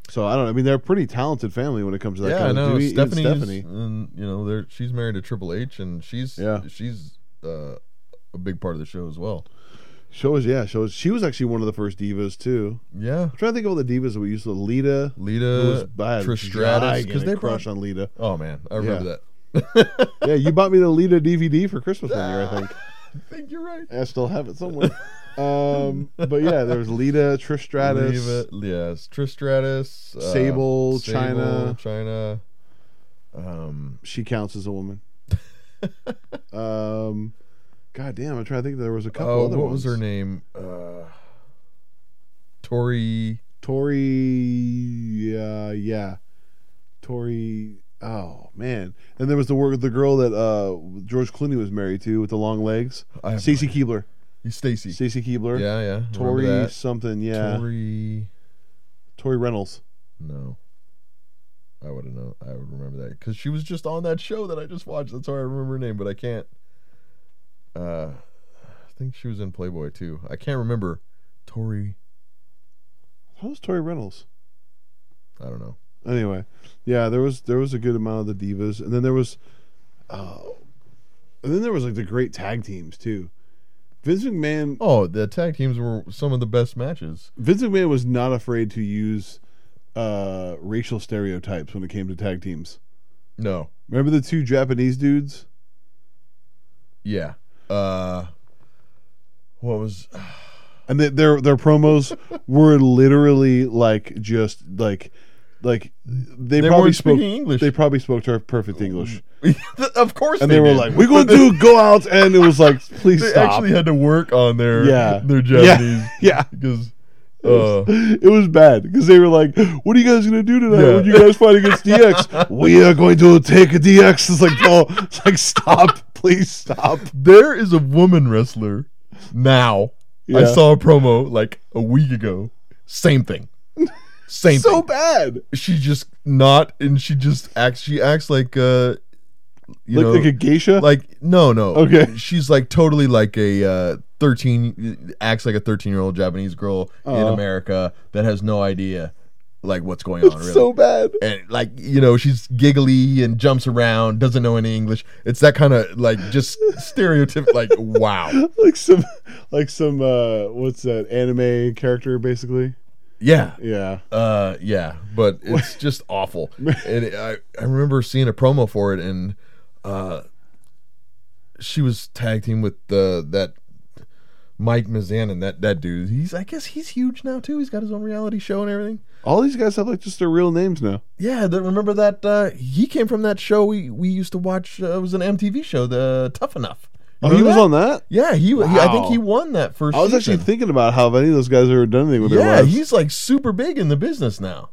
S2: So I don't. know. I mean, they're a pretty talented family when it comes to that.
S3: yeah. I
S2: kind of
S3: know
S2: Dewey- even
S3: Stephanie's,
S2: uh, Stephanie.
S3: and you know, they're, she's married to Triple H, and she's
S2: Yeah.
S3: she's uh, a big part of the show as well.
S2: She was yeah. She was she was actually one of the first divas too.
S3: Yeah,
S2: I'm trying to think of all the divas that we used to. Lita,
S3: Lita,
S2: who was bad.
S3: Trish Stratus,
S2: because
S3: they
S2: crush
S3: brought-
S2: on Lita.
S3: Oh man, I remember that.
S2: Yeah, you bought me the Lita DVD for Christmas one year, I think.
S3: *laughs* I think you're right.
S2: I still have it somewhere. *laughs* Um, but yeah, there was Lita, Trish Stratus,
S3: Leave it- Yes, Trish Stratus, uh,
S2: Sable,
S3: Sable,
S2: China.
S3: China. Um,
S2: She counts as a
S3: *laughs*
S2: woman. um, God damn, I'm trying to think. There was a couple.
S3: oh,
S2: other
S3: what was
S2: ones.
S3: her name? Uh, Tori.
S2: Tori. Yeah, uh, yeah. Tori. Oh man, and there was the word the girl that uh, George Clooney was married to with the long legs.
S3: I have-
S2: Stacey Keebler.
S3: Stacy.
S2: Stacey Keebler.
S3: Yeah, yeah. remember
S2: Tori
S3: that.
S2: something. Yeah. Tori,
S3: Tori.
S2: Reynolds.
S3: No. I would have known. I would remember that because she was just on that show that I just watched. That's how I remember her name, but I can't. Uh, I think she was in Playboy too. I can't remember. Tori.
S2: How was Tori Reynolds?
S3: I don't know.
S2: anyway, yeah, there was there was a good amount of the divas, and then there was, oh, and then there was like the great tag teams too. Vince McMahon,
S3: Oh, the tag teams were some of the best matches.
S2: Vince McMahon was not afraid to use uh, racial stereotypes when it came to tag teams.
S3: No.
S2: Remember the two Japanese dudes?
S3: Yeah. Uh what was
S2: and they, their their promos *laughs* were literally like just like like they,
S3: They
S2: probably
S3: weren't
S2: spoke
S3: speaking English.
S2: they probably spoke to her perfect English
S3: *laughs* of course
S2: and they, were
S3: did.
S2: like we're going to go out and it was *laughs* like please
S3: they
S2: stop
S3: *laughs* actually had to work on their
S2: Yeah.
S3: *laughs* their
S2: Yeah.
S3: Japanese
S2: yeah
S3: because uh,
S2: *laughs* it was bad because they were like what are you guys going to do tonight
S3: Yeah.
S2: when you guys fight against
S3: *laughs*
S2: DX we are going to take DX it's like no it's like stop please stop
S3: there is a woman wrestler now. I
S2: Yeah.
S3: saw a promo like a week ago. Same thing. Same
S2: so
S3: thing.
S2: bad
S3: She just not and she just acts she acts like uh you
S2: like,
S3: know
S2: like a geisha
S3: like no no
S2: Okay.
S3: she's like totally like a uh, 13 acts like a 13 year old japanese girl in
S2: Uh-huh.
S3: america that has no idea like what's going on really
S2: so bad *laughs*
S3: and like you know she's giggly and jumps around doesn't know any english it's that kind of like just stereotypical like wow
S2: like some like some uh what's that anime character basically
S3: yeah
S2: yeah
S3: Uh, yeah, but it's
S2: *laughs*
S3: just awful. And it, I, I remember seeing a promo for it, and uh, she was tag team with uh, that Mike Mazan and that that dude. He's I guess he's huge now too. He's got his own reality show and everything.
S2: all these guys have like just their real names now
S3: Yeah, then remember that uh, he came from that show we we used to watch. Uh, it was an MTV show, the Tough Enough.
S2: oh
S3: Remember
S2: he was
S3: that?
S2: on that
S3: Yeah, he, he. I think
S2: Wow.
S3: he won that first.
S2: i was actually
S3: season.
S2: thinking about how many of those guys ever done anything with their
S3: yeah,
S2: lives
S3: he's like super big in the business now.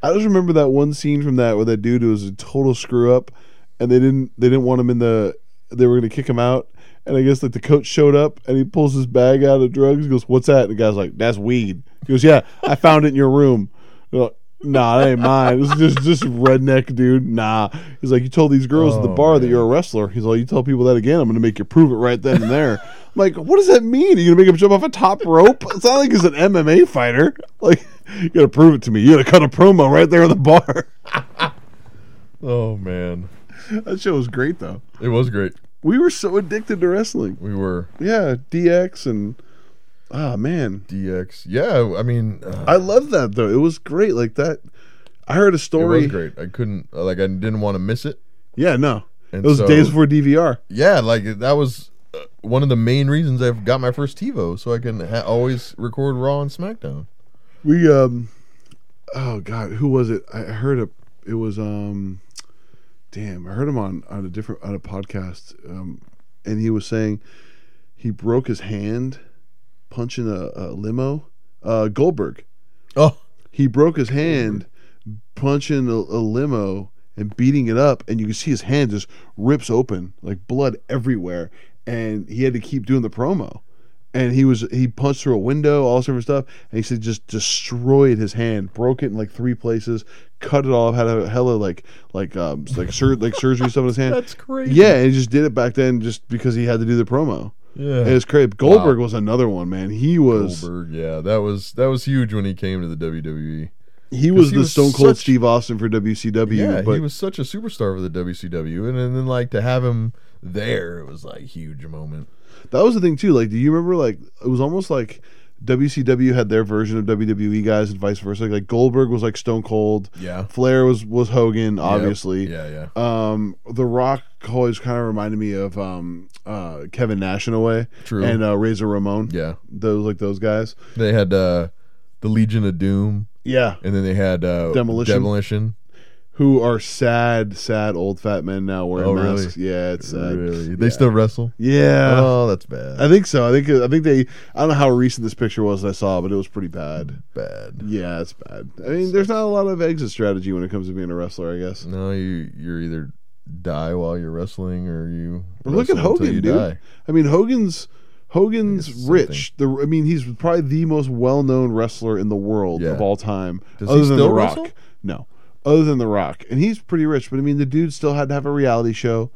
S2: i just remember that one scene from that where that dude was a total screw up and they didn't they didn't want him in the they were gonna kick him out. And I guess like the coach showed up and he pulls his bag out of drugs. He goes, "What's that?" And the guy's like, "That's weed." He goes, "Yeah, I found it in your room." They're like, nah, that ain't mine. This is just just redneck dude. Nah. He's like, you told these girls at the
S3: Oh,
S2: bar that
S3: man.
S2: you're a wrestler. He's like, you tell people that again, I'm gonna make you prove it right then and there. I'm like, what does that mean? Are you gonna make him jump off a top rope? It's not like he's an MMA fighter. *laughs* Like, you gotta prove it to me. You gotta cut a promo right there in the bar. *laughs*
S3: Oh man,
S2: that show was great though.
S3: it was great.
S2: We were so addicted to wrestling.
S3: We were
S2: Yeah, DX and ah man.
S3: DX. Yeah, I mean, uh,
S2: I love that though. It was great. Like that I heard a
S3: it
S2: story.
S3: was great. I couldn't like I didn't want to miss it.
S2: Yeah, no.
S3: And
S2: it was
S3: so-
S2: days before DVR.
S3: Yeah, like that was uh, one of the main reasons I've got my first TiVo, so I can ha- always record Raw and SmackDown.
S2: We um oh god, who was it? I I heard a it was um damn, I heard him on on a different on a podcast um and he was saying he broke his hand punching a, a limo. Uh Goldberg.
S3: Oh,
S2: He broke his hand punching a, a limo and beating it up and you can see his hand just rips open like blood everywhere and he had to keep doing the promo and he was he punched through a window all sorts of stuff and he said just destroyed his hand broke it in like three places cut it off had a hella like like um like, sur- like surgery stuff in his hand
S3: that's crazy.
S2: yeah and he just did it back then just because he had to do the promo and
S3: yeah.
S2: it's crazy Goldberg was another one man he was
S3: Goldberg, yeah, that was that was huge when he came to the E. WWE.
S2: he was
S3: he
S2: the
S3: was
S2: Stone Cold
S3: such-
S2: Steve Austin for WCW
S3: Yeah,
S2: but
S3: he was such a superstar for the WCW, and, and then like to have him there, it was like huge moment.
S2: That was the thing too. Like, do you remember? Like, it was almost like WCW had their version of WWE guys, and vice versa. Like, Goldberg was like Stone Cold,
S3: Yeah,
S2: Flair was was Hogan, obviously.
S3: Yeah, yeah.
S2: Um, The Rock always kind of reminded me of um, uh, Kevin Nash in a way,
S3: True.
S2: and uh, Razor Ramon.
S3: yeah,
S2: Those like those guys.
S3: they had uh, the Legion of Doom,
S2: Yeah,
S3: and then they had uh,
S2: Demolition.
S3: Demolition.
S2: who are sad, sad old fat men now wearing
S3: Oh, really?
S2: masks. Yeah, it's sad.
S3: Really, they
S2: Yeah.
S3: still wrestle.
S2: Yeah.
S3: oh, that's bad.
S2: I think so. I think I think they. I don't know how recent this picture was that I saw, but it was pretty bad.
S3: bad.
S2: Yeah, it's bad. I mean, there's not a lot of exit strategy when it comes to being a wrestler, I guess.
S3: No, you you're either die while you're wrestling, or you
S2: But look at
S3: wrestle until
S2: Hogan,
S3: you
S2: dude. I mean, Hogan's
S3: I
S2: Hogan's
S3: guess
S2: rich. The I mean, he's probably the most well-known wrestler in the world
S3: Yeah.
S2: of all time,
S3: Does
S2: other
S3: he
S2: than
S3: still
S2: The Rock.
S3: wrestle?
S2: No, other than The Rock, and he's pretty rich. But I mean, the dude still had to have a reality show.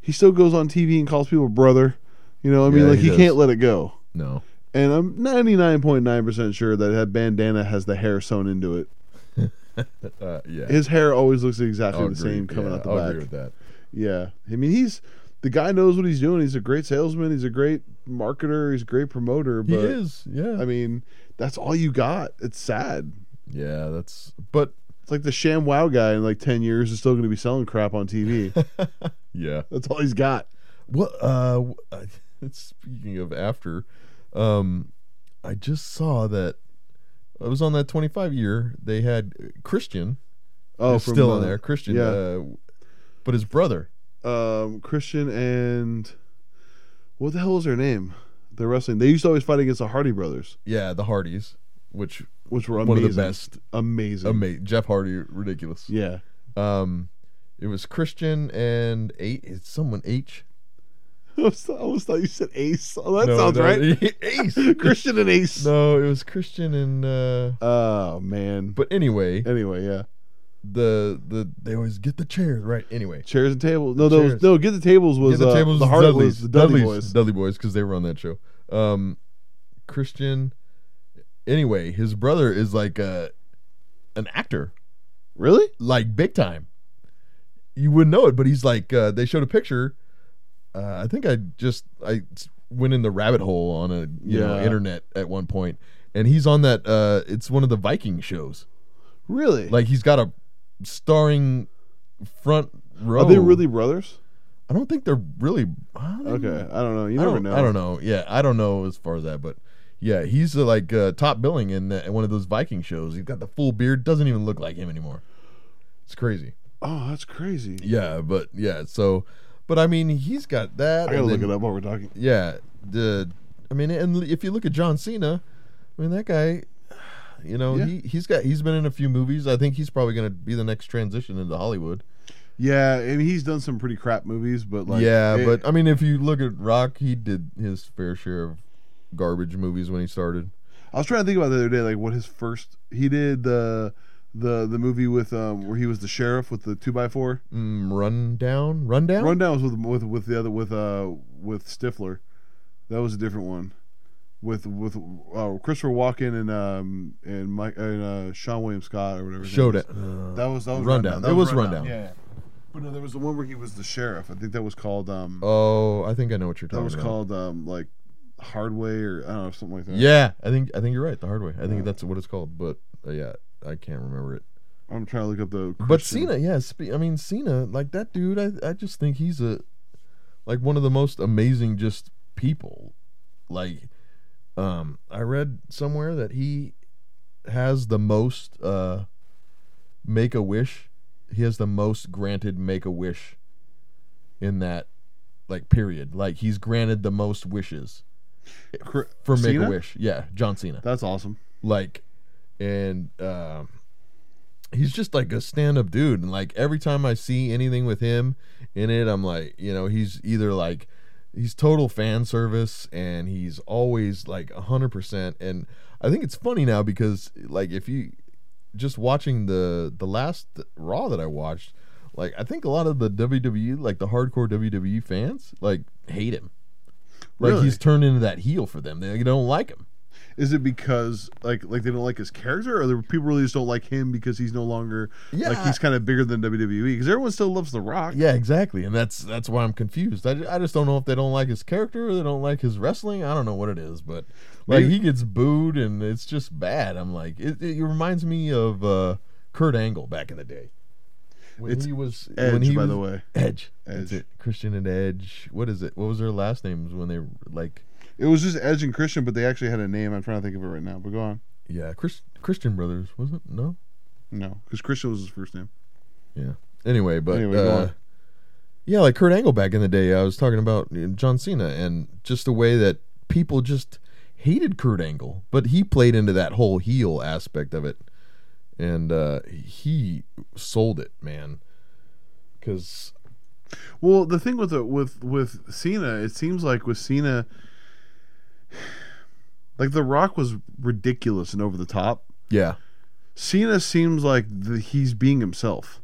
S2: He still goes on TV and calls people brother. You know, I mean,
S3: Yeah,
S2: like
S3: he
S2: he,
S3: does.
S2: can't let it go.
S3: No,
S2: And I'm 99.9% sure that that bandana has the hair sewn into it.
S3: uh, yeah.
S2: His hair always looks exactly
S3: I'll
S2: the
S3: agree.
S2: same coming
S3: Yeah,
S2: out the
S3: I'll
S2: back.
S3: agree with that.
S2: Yeah, I mean he's the guy knows what he's doing. He's a great salesman. He's a great marketer. He's a great promoter.
S3: He
S2: But
S3: is. Yeah.
S2: I mean, that's all you got. It's sad.
S3: yeah, that's. But
S2: It's like the Sham Wow guy in like ten years is still going to be selling crap on TV.
S3: *laughs* yeah.
S2: that's all he's got.
S3: What? Uh, w- *laughs* speaking of after, um, I just saw that I was on that 25 year. They had Christian.
S2: Oh,
S3: is
S2: from,
S3: still on
S2: uh,
S3: there. Christian.
S2: yeah.
S3: Uh, but his brother.
S2: Um, Christian and what the hell was their name? They're wrestling. They used to always fight against the Hardy brothers,
S3: Yeah, the Hardys, which
S2: which were amazing.
S3: one of the best.
S2: Amazing.
S3: Ama- Jeff Hardy, ridiculous.
S2: yeah. *laughs*
S3: Um, it was Christian and eight. It's someone H.
S2: I almost thought- I almost thought you said Ace. Oh, that
S3: No,
S2: sounds
S3: no,
S2: right. *laughs*
S3: Ace.
S2: Christian and Ace.
S3: No, it was Christian and. uh
S2: Oh man.
S3: But anyway,
S2: Anyway, yeah.
S3: the the they always get the chairs right. Anyway,
S2: Chairs and tables. No, those
S3: Chairs.
S2: no. Get the tables was
S3: Yeah,
S2: the, uh,
S3: tables
S2: the
S3: was
S2: hard
S3: Dudley's,
S2: was the Dudley
S3: Dudley's,
S2: boys.
S3: Dudley boys, because they were on that show. Um, Christian. Anyway, his brother is like uh an actor,
S2: Really?
S3: like big time. You wouldn't know it, but he's like uh, they showed a picture. Uh, I think I just I s- went in the rabbit hole on a you know
S2: Yeah.
S3: internet at one point, and he's on that. Uh, it's one of the Viking shows.
S2: Really?
S3: Like he's got a starring front row.
S2: are they really brothers?
S3: I don't think they're really. I don't
S2: Okay, I don't know. You
S3: I
S2: never
S3: don't,
S2: know.
S3: I don't know. Yeah, I don't know as far as that, but yeah, he's uh, like uh, top billing in, uh, one of those Viking shows. He's got the full beard. Doesn't even look like him anymore. It's crazy.
S2: Oh, that's crazy.
S3: Yeah, but yeah. So, but I mean, he's got that.
S2: I gotta
S3: and
S2: look
S3: then-
S2: it up while we're talking.
S3: Yeah. The. I mean, and if you look at John Cena, I mean that guy. You know,
S2: Yeah.
S3: he he's got he's been in a few movies. I think he's probably going to be the next transition into Hollywood.
S2: Yeah, and he's done some pretty crap movies, but like eh,
S3: yeah,
S2: it-
S3: but I mean, if you look at Rock, he did his fair share of garbage movies when he started.
S2: I was trying to think about the other day, like what his first he did the the the movie with um where he was the sheriff with the two by four.
S3: Mm, Rundown, Rundown,
S2: Rundown was with with with the other with uh with Stifler. That was a different one. With with uh, Christopher Walken and um and Mike and uh, Sean William Scott or whatever. his name
S3: showed
S2: is.
S3: it.
S2: That was that was
S3: Rundown.
S2: rundown. That
S3: It was Rundown.
S2: Yeah. yeah. But no, there was the one where he was the sheriff. I think that was called um
S3: Oh, I think I know what you're
S2: that
S3: talking
S2: was
S3: about.
S2: called um like Hardway or I don't know something like that.
S3: Yeah, I think I think you're right. The Hard Way. I think
S2: Yeah.
S3: that's what it's called, but uh, yeah, I can't remember it.
S2: I'm trying to look up the.
S3: But
S2: Christian-
S3: Cena, yeah, spe- I mean Cena, like that dude, I I just think he's a like one of the most amazing just people. Like um I read somewhere that he has the most uh make a wish. He has the most granted make a wish in that like period. Like he's granted the most wishes
S2: Cr-
S3: for make
S2: Cena?
S3: a wish. Yeah, John Cena
S2: That's awesome.
S3: like and um he's just like a stand-up dude and like every time i see anything with him in it i'm like you know he's either like he's total fan service and he's always like 100% and i think it's funny now because like if you just watching the the last raw that i watched like i think a lot of the wwe like the hardcore wwe fans like hate him like
S2: Really?
S3: he's turned into that heel for them they don't like him
S2: Is it because like like they don't like his character, or the people really just don't like him because he's no longer
S3: yeah
S2: like he's kind of bigger than WWE? Because everyone still loves The Rock.
S3: Yeah, exactly, and that's that's why I'm confused. I, ju- I just don't know if they don't like his character or they don't like his wrestling. I don't know what it is, but like
S2: Maybe-
S3: he gets booed and it's just bad. I'm like, it, it reminds me of uh, Kurt Angle back in the day when
S2: It's
S3: he was
S2: Edge,
S3: when he
S2: by
S3: was,
S2: the way,
S3: Edge, That's
S2: Edge.
S3: it. Christian and Edge. What is it? What was their last names when they were, like?
S2: it was just Edge and Christian, but they actually had a name. I'm trying to think of it right now. But go on.
S3: Yeah, Chris, Christian Brothers was it? No,
S2: No, because Christian was his first name.
S3: anyway, but
S2: Anyway, go
S3: uh,
S2: on.
S3: yeah, like Kurt Angle back in the day, I was talking about you know, John Cena and just the way that people just hated Kurt Angle, but he played into that whole heel aspect of it, and uh, he sold it, man. Because
S2: Well, the thing with the, with with Cena, it seems like with Cena, *sighs* like The Rock was ridiculous and over the top.
S3: yeah,
S2: Cena seems like the, he's being himself.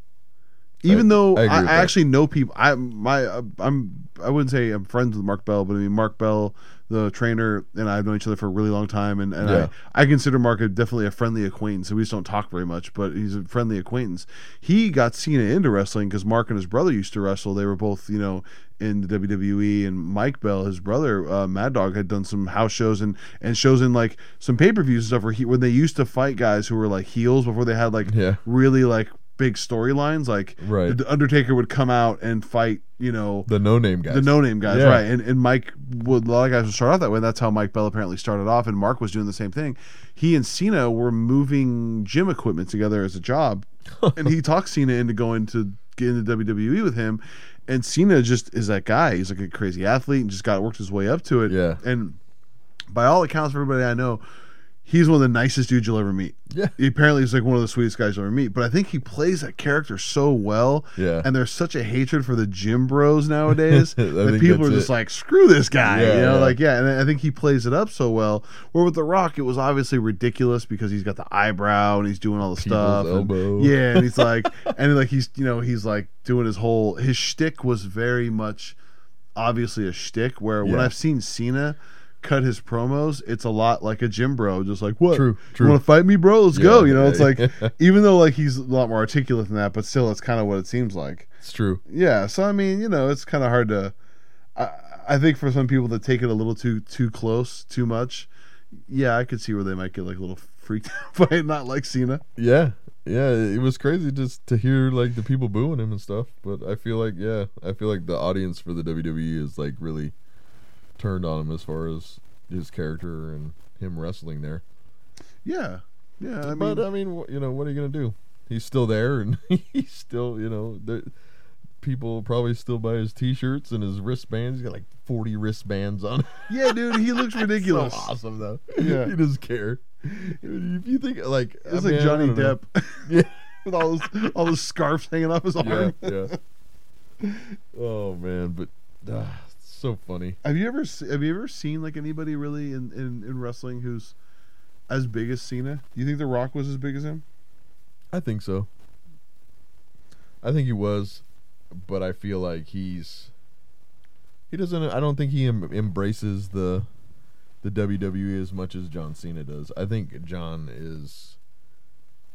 S2: Even
S3: I-
S2: though
S3: I
S2: I,
S3: agree
S2: I,
S3: with that.
S2: actually know people, I my uh, I'm I wouldn't say I'm friends with Mark Bell, but I mean Mark Bell, the trainer, and I've known each other for a really long time, and, and
S3: Yeah.
S2: I, I consider Mark a, definitely a friendly acquaintance. So we just don't talk very much, but he's a friendly acquaintance. He got Cena into wrestling because Mark and his brother used to wrestle. They were both you know in the WWE, and Mike Bell, his brother, uh, Mad Dog, had done some house shows and and shows in like some pay per views and stuff where he when they used to fight guys who were like heels before they had like
S3: yeah,
S2: really like big storylines. Like
S3: Right.
S2: the Undertaker would come out and fight, you know,
S3: the no name guys.
S2: the no name guys,
S3: Yeah.
S2: right? And and Mike would a lot of guys would start off that way. And that's how Mike Bell apparently started off, and Mark was doing the same thing. He and Cena were moving gym equipment together as a
S3: *laughs*
S2: job, and he talked Cena into going to get into WWE with him. And Cena just is that guy. He's like a crazy athlete and just got worked his way up to it.
S3: Yeah.
S2: And by all accounts, for everybody I know, he's one of the nicest dudes you'll ever meet.
S3: Yeah.
S2: He apparently is like one of the sweetest guys you'll ever meet. But I think he plays that character so well.
S3: Yeah.
S2: And there's such a hatred for the gym bros nowadays
S3: *laughs* I
S2: that
S3: think
S2: people are
S3: that's
S2: just
S3: it.
S2: like, screw this guy.
S3: Yeah,
S2: you know,
S3: yeah.
S2: like, yeah. And I think he plays it up so well. Where with The Rock, it was obviously ridiculous because he's got the eyebrow and he's doing all the
S3: People's
S2: stuff. and-
S3: elbow.
S2: yeah.
S3: *laughs*
S2: And he's like, and like he's, you know, he's like doing his whole, his shtick was very much obviously a shtick where when
S3: Yeah.
S2: I've seen Cena cut his promos, it's a lot like a gym bro, just like what
S3: True, true.
S2: You uh, wanna fight me, bro? Let's go.
S3: Yeah,
S2: You know, it's
S3: yeah, *laughs*
S2: like
S3: yeah.
S2: even though like he's a lot more articulate than that, but still that's kinda what it seems like.
S3: It's true.
S2: Yeah. So I mean, you know, it's kinda hard to I I think for some people that take it a little too too close, too much, yeah, I could see where they might get like a little freaked *laughs* out by it, not like Cena.
S3: Yeah, yeah. It was crazy just to hear like the people booing him and stuff. But I feel like yeah, I feel like the audience for the WWE is like really turned on him as far as his character and him wrestling there.
S2: Yeah. Yeah. I mean
S3: but uh, I mean, wh- you know, what are you gonna do? He's still there, and *laughs* he's still, you know, the people probably still buy his T-shirts and his wristbands. He's got like forty wristbands *laughs* on.
S2: Yeah, dude, he
S3: *laughs*
S2: looks ridiculous.
S3: so awesome though. *laughs*
S2: Yeah.
S3: he doesn't care. If you think like,
S2: It's
S3: I
S2: like
S3: mean, I
S2: Johnny
S3: don't know.
S2: Depp.
S3: Yeah.
S2: *laughs* with all those all those scarves hanging off his arm.
S3: yeah,
S2: *laughs*
S3: yeah. Oh man, but uh, it's so funny.
S2: Have you ever se- have you ever seen like anybody really in, in, in wrestling who's as big as Cena? Do you think The Rock was as big as him?
S3: I think so. I think he was, but I feel like he's he doesn't. I don't think he em- embraces the the WWE as much as John Cena does. I think John is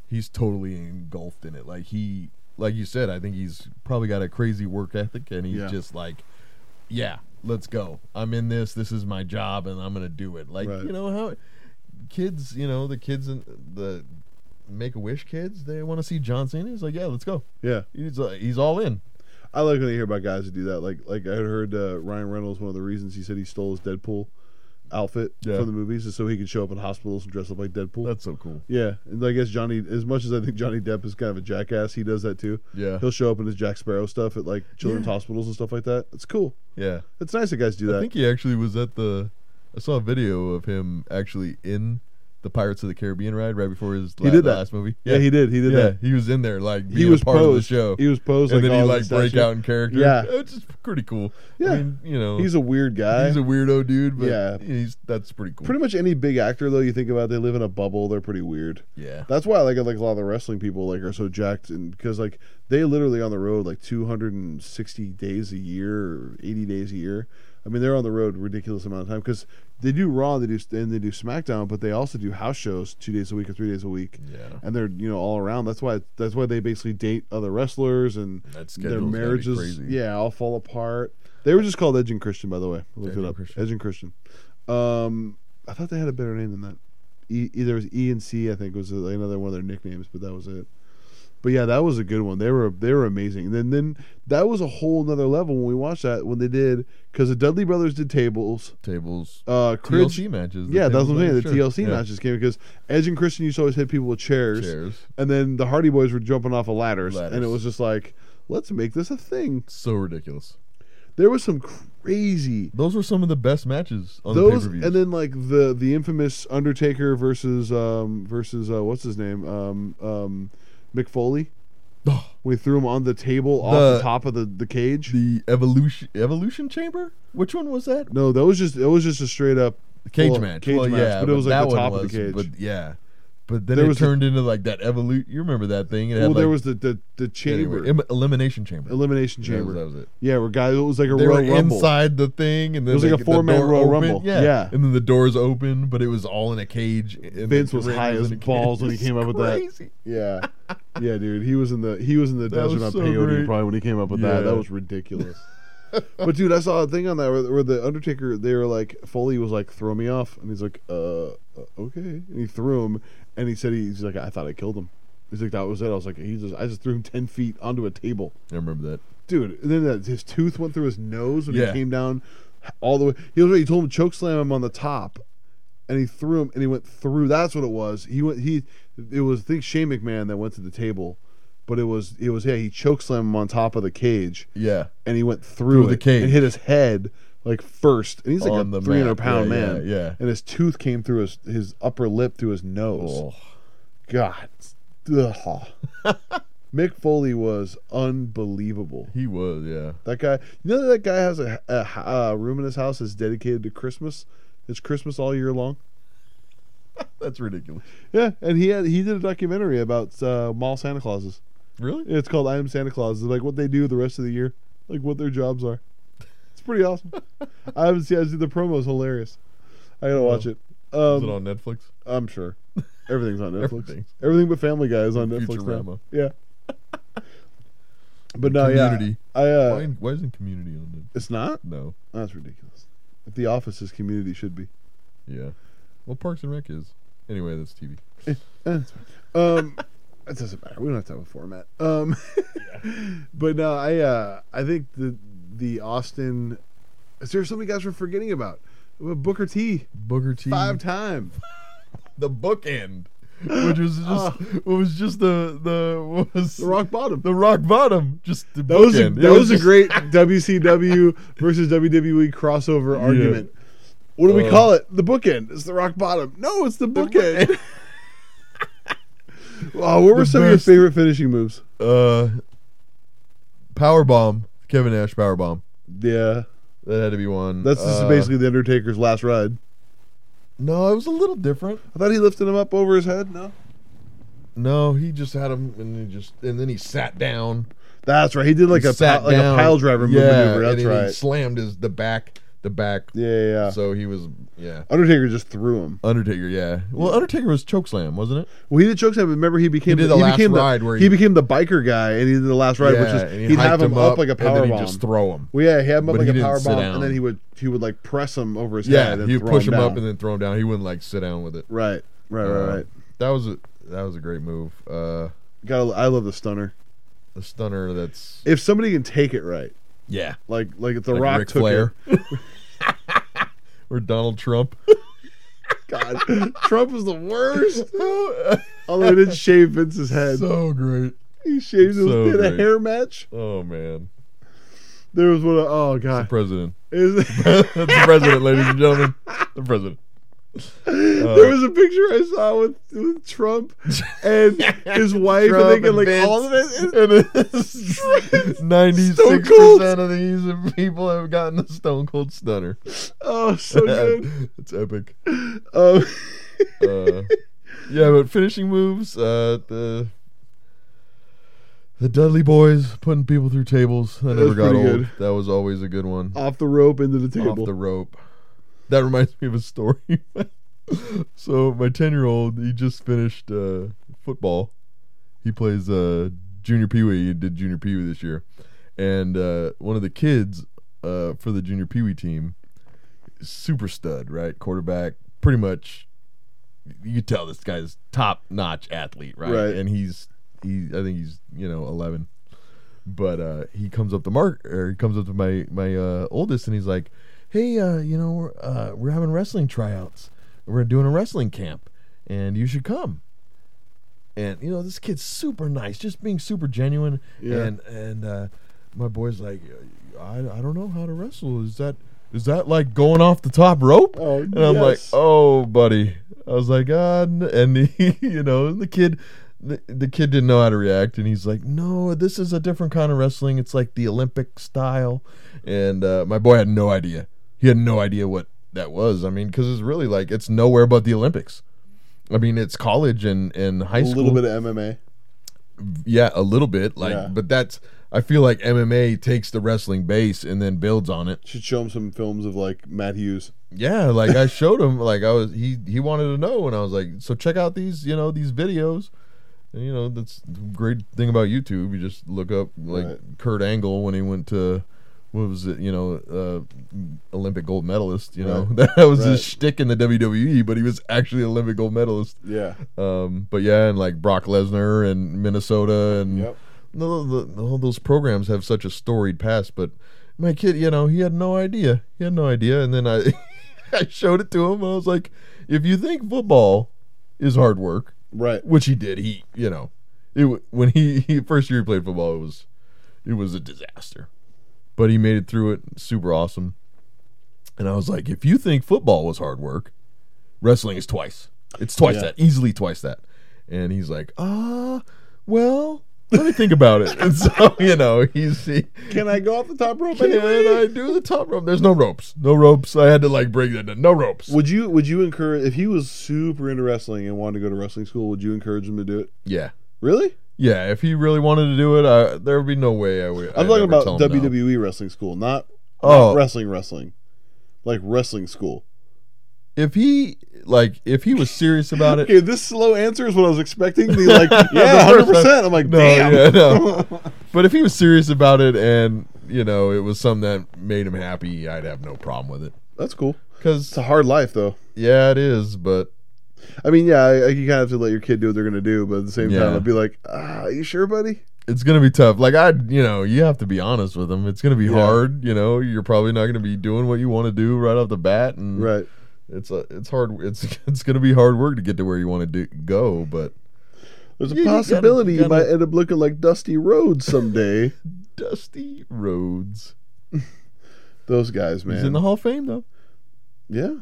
S3: he's totally engulfed in it. Like he, like you said, I think he's probably got a crazy work ethic, and he's
S2: Yeah.
S3: just like, yeah, let's go. I'm in this. This is my job, and I'm gonna do it. Like
S2: Right.
S3: you know how kids, you know the kids in the Make a Wish kids, they want to see John Cena. He's like, yeah, let's go.
S2: Yeah,
S3: He's uh, he's all in.
S2: I like when I hear about guys who do that. Like like I had heard uh, Ryan Reynolds. One of the reasons he said he stole his Deadpool outfit
S3: Yeah.
S2: from the movies is so he could show up in hospitals and dress up like Deadpool.
S3: That's so cool.
S2: yeah, and I guess Johnny. As much as I think Johnny Depp is kind of a jackass, he does that too.
S3: Yeah,
S2: He'll show up in his Jack Sparrow stuff at like children's hospitals and stuff like that. It's cool.
S3: yeah.
S2: It's nice that guys do that.
S3: I think he actually was at the. I saw a video of him actually in the Pirates of the Caribbean ride right before his la-
S2: did that.
S3: last movie.
S2: yeah, he did. He did
S3: yeah,
S2: that.
S3: he was in there like being
S2: He was
S3: a part
S2: posed.
S3: of the show,
S2: He was posed.
S3: and
S2: like,
S3: then he
S2: all
S3: like
S2: that
S3: break
S2: statue.
S3: out in character.
S2: Yeah.
S3: it's just pretty cool.
S2: Yeah.
S3: I mean, you know,
S2: He's a weird guy.
S3: he's a weirdo dude, but
S2: Yeah.
S3: he's that's pretty cool.
S2: Pretty much any big actor though you think about, they live in a bubble. They're pretty weird.
S3: yeah,
S2: That's why like like a lot of the wrestling people like are so jacked, and because like they literally on the road like 260 days a year, or 80 days a year. I mean, they're on the road a ridiculous amount of time because they do Raw, they do and they do SmackDown, but they also do house shows two days a week or three days a week,
S3: yeah.
S2: and they're you know all around. That's why that's why they basically date other wrestlers and
S3: That's
S2: their marriages,
S3: crazy.
S2: yeah, all fall apart. They were just called Edge and Christian, by the way. I looked
S3: Edge and
S2: it up.
S3: Christian.
S2: Edge and Christian. Um, I thought they had a better name than that. E, either it was E and C, I think was another one of their nicknames, but that was it. But yeah, that was a good one. They were they were amazing. And then then that was a whole nother level when we watched that when they did because the Dudley Brothers did tables.
S3: tables.
S2: Uh, Cridge,
S3: TLC matches. the
S2: yeah, that's
S3: tables
S2: what I'm saying. The
S3: match, sure.
S2: TLC
S3: Yeah.
S2: matches came because Edge and Christian used to always hit people with
S3: Chairs.
S2: and then the Hardy Boys were jumping off of ladders, and it
S3: Ladders.
S2: was just like, let's make this a thing.
S3: So ridiculous.
S2: There was some crazy
S3: Those were some of the best matches on
S2: those,
S3: the pay-per-views.
S2: and then like the the infamous Undertaker versus um versus uh, what's his name um um Mick Foley.
S3: Oh.
S2: We threw him on the table off the
S3: The-
S2: top of the the cage.
S3: the evolution evolution chamber. Which one was that?
S2: no, that was just it was just a straight up.
S3: The cage
S2: Well,
S3: match.
S2: cage
S3: well,
S2: match,
S3: yeah,
S2: but it was, like,
S3: that
S2: the
S3: one
S2: top of the
S3: was-
S2: cage.
S3: But yeah, but then
S2: There
S3: it
S2: was a-
S3: turned into like that evolution. You remember that thing? It had
S2: Well, there
S3: like-
S2: was the the, the chamber
S3: anyway, em- elimination chamber.
S2: elimination
S3: Yeah, that
S2: chamber.
S3: was- That was, it.
S2: yeah, where guys it was like a
S3: They
S2: Royal
S3: were
S2: Rumble.
S3: inside the thing, and then
S2: It was
S3: they-
S2: like a
S3: the
S2: four-man
S3: door
S2: Royal
S3: opened.
S2: Rumble.
S3: Yeah.
S2: Yeah.
S3: and then the doors open, but it was all in a cage. And
S2: Vince
S3: the
S2: was
S3: ring
S2: high as
S3: in a cage. *laughs*
S2: balls when he
S3: It's
S2: came up with that.
S3: crazy. *laughs*
S2: Yeah, yeah, dude. He was in the he was in the
S3: That
S2: desert
S3: was
S2: on
S3: so
S2: peyote
S3: great.
S2: probably when he came up with that.
S3: Yeah.
S2: That was
S3: *laughs*
S2: ridiculous. but dude, I saw a thing on that where, where the Undertaker they were like Foley was like throw me off, and he's like uh uh, okay, and he threw him, and he said he- he's like I thought I killed him. He's like that was it. I was like he just I just threw him ten feet onto a table,
S3: I remember that.
S2: dude. And then that, his tooth went through his nose when he
S3: Yeah.
S2: came down all the way. He was he told him to choke slam him on the top, and he threw him, and he went through. That's what it was. He went. He it was I think Shane McMahon that went to the table, but it was it was yeah. He choke slammed him on top of the cage,
S3: Yeah,
S2: and he went through,
S3: Through the
S2: it and
S3: cage.
S2: hit his head like first, and he's like
S3: On
S2: a
S3: the
S2: three hundred
S3: mat.
S2: pound
S3: Yeah, yeah,
S2: man,
S3: yeah.
S2: and his tooth came through his his upper lip through his nose.
S3: Oh,
S2: God, Ugh. *laughs* Mick Foley was unbelievable.
S3: he was. Yeah,
S2: That guy, you know that guy has a, a, h- a room in his house that's dedicated to Christmas. It's Christmas all year long.
S3: that's ridiculous.
S2: Yeah, and he had he did a documentary about uh, mall Santa Clauses.
S3: Really?
S2: It's called "I Am Santa Claus." It's like what they do the rest of the year, like what their jobs are. It's pretty
S3: *laughs*
S2: awesome. I haven't seen. I see the promo's hilarious. I gotta watch it.
S3: Oh. Is it
S2: Um,
S3: on Netflix?
S2: I'm sure everything's
S3: *laughs*
S2: on Netflix. Everything.
S3: Everything.
S2: but Family Guy is on Netflix now.
S3: Futurama.
S2: Yeah. But no,
S3: Community.
S2: yeah, I.
S3: why,
S2: Uh,
S3: why isn't Community on Netflix?
S2: it's not.
S3: No.
S2: That's ridiculous. If The Office is community should be.
S3: Yeah. Well, Parks and Rec is. Anyway, that's TV.
S2: Eh, that's fine.
S3: *laughs*
S2: Um, it doesn't matter. We don't have to have a format. Um, *laughs* but no, I uh, I think the the Austin. Is there somebody guys we're forgetting about? Booker T
S3: Booker T.
S2: five time.
S3: the bookend, which was just
S2: Ah.
S3: what was just the the what was
S2: The Rock Bottom.
S3: the rock bottom. Just the
S2: That was a,
S3: bookend. It
S2: that was
S3: *laughs*
S2: a
S3: just-
S2: great WCW versus WWE crossover
S3: Yeah.
S2: argument. What do we *laughs*
S3: Uh,
S2: call it? The bookend. It's the rock bottom. No, it's the bookend. Oh, what were
S3: The
S2: some of your
S3: best.
S2: favorite finishing moves?
S3: Uh, power bomb, Kevin Nash power bomb.
S2: Yeah,
S3: That had to be one.
S2: that's this
S3: Uh,
S2: is basically the Undertaker's last ride.
S3: No, it was a little different.
S2: I thought he lifted him up over his head. No,
S3: No, he just had him, and he just, and then he sat down.
S2: that's right. He did like
S3: He
S2: a
S3: sat
S2: pa- like a
S3: down.
S2: pile driver move
S3: Yeah,
S2: maneuver.
S3: and
S2: That's
S3: then
S2: right.
S3: He slammed his the back, the back.
S2: yeah, yeah, yeah.
S3: So he was, yeah.
S2: Undertaker just threw him.
S3: Undertaker, yeah. Well, Undertaker was chokeslam, wasn't it?
S2: Well, he did chokeslam. but Remember, he became
S3: did
S2: the,
S3: the last
S2: became
S3: ride where
S2: he,
S3: he-
S2: became the biker guy, and he did the last ride, which
S3: Yeah,
S2: is
S3: and
S2: he'd have
S3: hiked
S2: him up like a
S3: and
S2: power
S3: then
S2: bomb.
S3: He'd just throw him.
S2: Well, yeah, he had him up
S3: But
S2: like
S3: he
S2: a
S3: didn't
S2: power
S3: sit
S2: bomb,
S3: down.
S2: and then he would he would like press him over his head.
S3: Yeah,
S2: and
S3: he'd
S2: throw
S3: push him, up
S2: down.
S3: and then throw him down. He wouldn't like sit down with it.
S2: right, right, right,
S3: Uh,
S2: right.
S3: That was a that was a great move. Uh,
S2: Got I love the stunner.
S3: the stunner. That's
S2: If somebody can take it right,
S3: yeah.
S2: like like if the
S3: like
S2: Rock
S3: Ric
S2: took
S3: Flair. *laughs* or Donald Trump. *laughs*
S2: it, God, *laughs* Trump was the worst.
S3: so
S2: Although he did shave Vince's head,
S3: great.
S2: he shaved his
S3: so
S2: he had a
S3: great.
S2: hair match.
S3: Oh man,
S2: There was one. Of, oh
S3: the
S2: god,
S3: president. *laughs*
S2: Is-
S3: that's the president, ladies and gentlemen. The president. Uh,
S2: *laughs* there was a picture I saw with, with Trump
S3: *laughs*
S2: and his wife, and they
S3: Trump
S2: get like
S3: Vince.
S2: all of it.
S3: And
S2: *laughs*
S3: it's
S2: Stone
S3: *laughs* ninety-six
S2: Cold.
S3: percent of these people have gotten the Stone Cold Stunner.
S2: Oh,
S3: *laughs*
S2: so good.
S3: it's epic.
S2: Um,
S3: Uh, yeah, but finishing moves. Uh, the the Dudley Boys putting people through tables.
S2: That
S3: That
S2: was
S3: never got old.
S2: pretty good.
S3: That was always a good one.
S2: off the rope into the
S3: off
S2: table.
S3: the rope. That reminds me of a story. *laughs* so my ten year old, he just finished uh, football. He plays uh, junior pee wee. He did junior pee wee this year, and uh, one of the kids uh, for the junior pee wee team, super stud, right? Quarterback, pretty much. You could tell this guy's top notch athlete, right?
S2: Right.
S3: And he's he, I think he's you know eleven, but uh, he comes up to Mark or he comes up to my my uh, oldest, and he's like, "Hey, uh, you know, we're, uh, we're having wrestling tryouts. We're doing a wrestling camp, and you should come." And you know, this kid's super nice, just being super genuine.
S2: Yeah.
S3: And and uh, my boy's like, I, I don't know how to wrestle. Is that is that like going off the top rope?
S2: Oh,
S3: and I'm like,
S2: yes.
S3: oh, buddy. I was like, God, and he, *laughs* you know, the kid, the, the kid didn't know how to react, and he's like, no, this is a different kind of wrestling. It's like the Olympic style, and uh, my boy had no idea. He had no idea what that was. I mean, because it's really like it's nowhere but the Olympics. I mean, it's college and and high
S2: a
S3: school
S2: little bit of MMA.
S3: yeah, a little bit. Like,
S2: Yeah.
S3: but that's I feel like MMA takes the wrestling base and then builds on it.
S2: Should show him some films of like Matt Hughes.
S3: Yeah, like I showed him. Like I was he he wanted to know, and I was like, so check out these you know these videos. And, you know that's the great thing about YouTube. You just look up like
S2: Right.
S3: Kurt Angle when he went to. What was it? You know, uh, Olympic gold medalist. You know, *laughs* that was
S2: Right.
S3: his shtick in the WWE, but he was actually an Olympic gold medalist.
S2: Yeah.
S3: Um, but yeah, and like Brock Lesnar and Minnesota and
S2: Yep.
S3: the, the, the- all those programs have such a storied past, but my kid, you know, he had no idea. He had no idea, and then I, *laughs* I showed it to him, and I was like, if you think football is hard work,
S2: Right.
S3: which he did, he, you know, it wa- when he, *laughs* he first year he played football, it was, it was a disaster, but he made it through it, super awesome, and I was like, if you think football was hard work, wrestling is twice. It's twice
S2: Yeah.
S3: that, easily twice that, and he's like, ah, well. Let me think about it. *laughs* And so, you know, he's he,
S2: Can I go off the top rope
S3: can
S2: anyway?
S3: I do the top rope? There's no ropes. No ropes. I had to like break that down. No ropes.
S2: Would you Would you encourage if he was super into wrestling and wanted to go to wrestling school? Would you encourage him to do it?
S3: Yeah.
S2: Really?
S3: Yeah. If he really wanted to do it, I, there would be no way I would.
S2: I'm
S3: I'd
S2: talking
S3: ever
S2: about E
S3: tell him no.
S2: WWE wrestling school, not,
S3: Oh.
S2: not wrestling wrestling, like wrestling school.
S3: If he like, if he was serious about
S2: *laughs*
S3: it,
S2: Okay, this slow answer is what I was expecting. The
S3: *laughs*
S2: like, yeah,
S3: The
S2: hundred
S3: first
S2: percent. I'm like,
S3: No,
S2: damn.
S3: yeah, no. but if he was serious about it, and you know, it was something that made him happy, I'd have no problem with it.
S2: *laughs* That's cool. It's
S3: Because
S2: a hard life, though.
S3: yeah, it is. But
S2: I mean, yeah, I, I- you kind of have to let your kid do what they're gonna do, but at the same time,
S3: Yeah.
S2: I'd be like, ah, you sure, buddy?
S3: it's gonna be tough. Like I, you know, you have to be honest with him. It's gonna be
S2: Yeah.
S3: hard. You know, you're probably not gonna be doing what you want to do right off the bat, and
S2: Right.
S3: it's a, it's hard. It's *laughs* it's gonna be hard work to get to where you want to do, go. But
S2: There's a
S3: Yeah, you gotta-
S2: possibility you,
S3: you gotta-
S2: might end up looking like Dusty Rhodes
S3: *laughs*
S2: someday.
S3: Dusty Rhodes,
S2: Those guys, man.
S3: he's in the Hall of Fame though.
S2: yeah,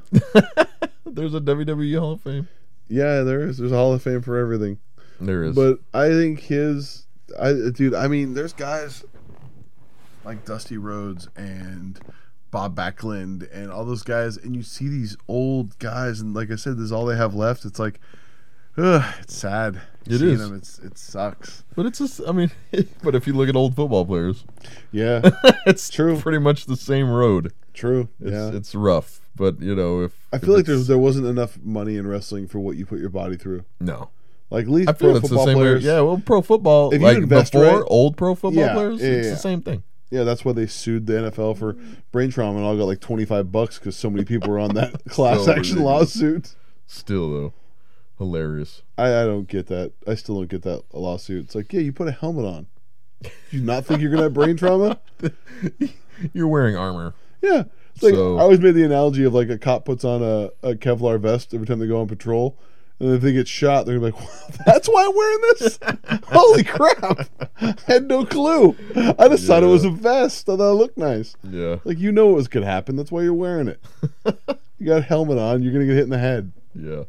S3: There's a WWE Hall of Fame.
S2: yeah. There is. There's a Hall of Fame for everything.
S3: There is.
S2: But I think his, I dude, I mean, there's guys like Dusty Rhodes and Bob Backlund and all those guys, and you see these old guys, and like I said, this is all they have left. It's like, ugh, it's sad.
S3: It
S2: Seeing
S3: is.
S2: them, it's it sucks.
S3: but it's just I mean, *laughs* but if you look at old
S2: *laughs*
S3: football players,
S2: Yeah,
S3: it's
S2: True.
S3: Pretty much the same road.
S2: true.
S3: It's
S2: yeah,
S3: it's rough, but you know if
S2: I
S3: if
S2: feel like there
S3: it's-
S2: there wasn't enough money in wrestling for what you put your body through.
S3: no.
S2: Like at least
S3: I feel
S2: pro
S3: it's the
S2: football
S3: same
S2: players.
S3: way. Yeah, well, pro football
S2: If you
S3: like
S2: invest
S3: before
S2: right-
S3: old pro football
S2: Yeah,
S3: players,
S2: yeah,
S3: it's
S2: yeah.
S3: the same thing.
S2: Yeah, that's why they sued the NFL for brain trauma and all got like 25 bucks because so many people were on that *laughs* class
S3: So
S2: action
S3: ridiculous.
S2: lawsuit.
S3: Still though, hilarious.
S2: I, I don't get that. I still don't get that lawsuit. It's like, yeah, you put a helmet on. Do you not think you're going to have brain trauma? *laughs*
S3: You're wearing armor.
S2: Yeah. It's like,
S3: So-
S2: I always made the analogy of like a cop puts on a, a Kevlar vest every time they go on patrol. And if they get shot, they're like, *laughs* "That's why I'm wearing this." *laughs* Holy crap! I had no clue. I just thought it
S3: Yeah.
S2: was a vest. I thought it looked nice.
S3: Yeah,
S2: Like you know what was gonna happen. That's why you're wearing it. you got a helmet on. You're gonna get hit in the head.
S3: yeah.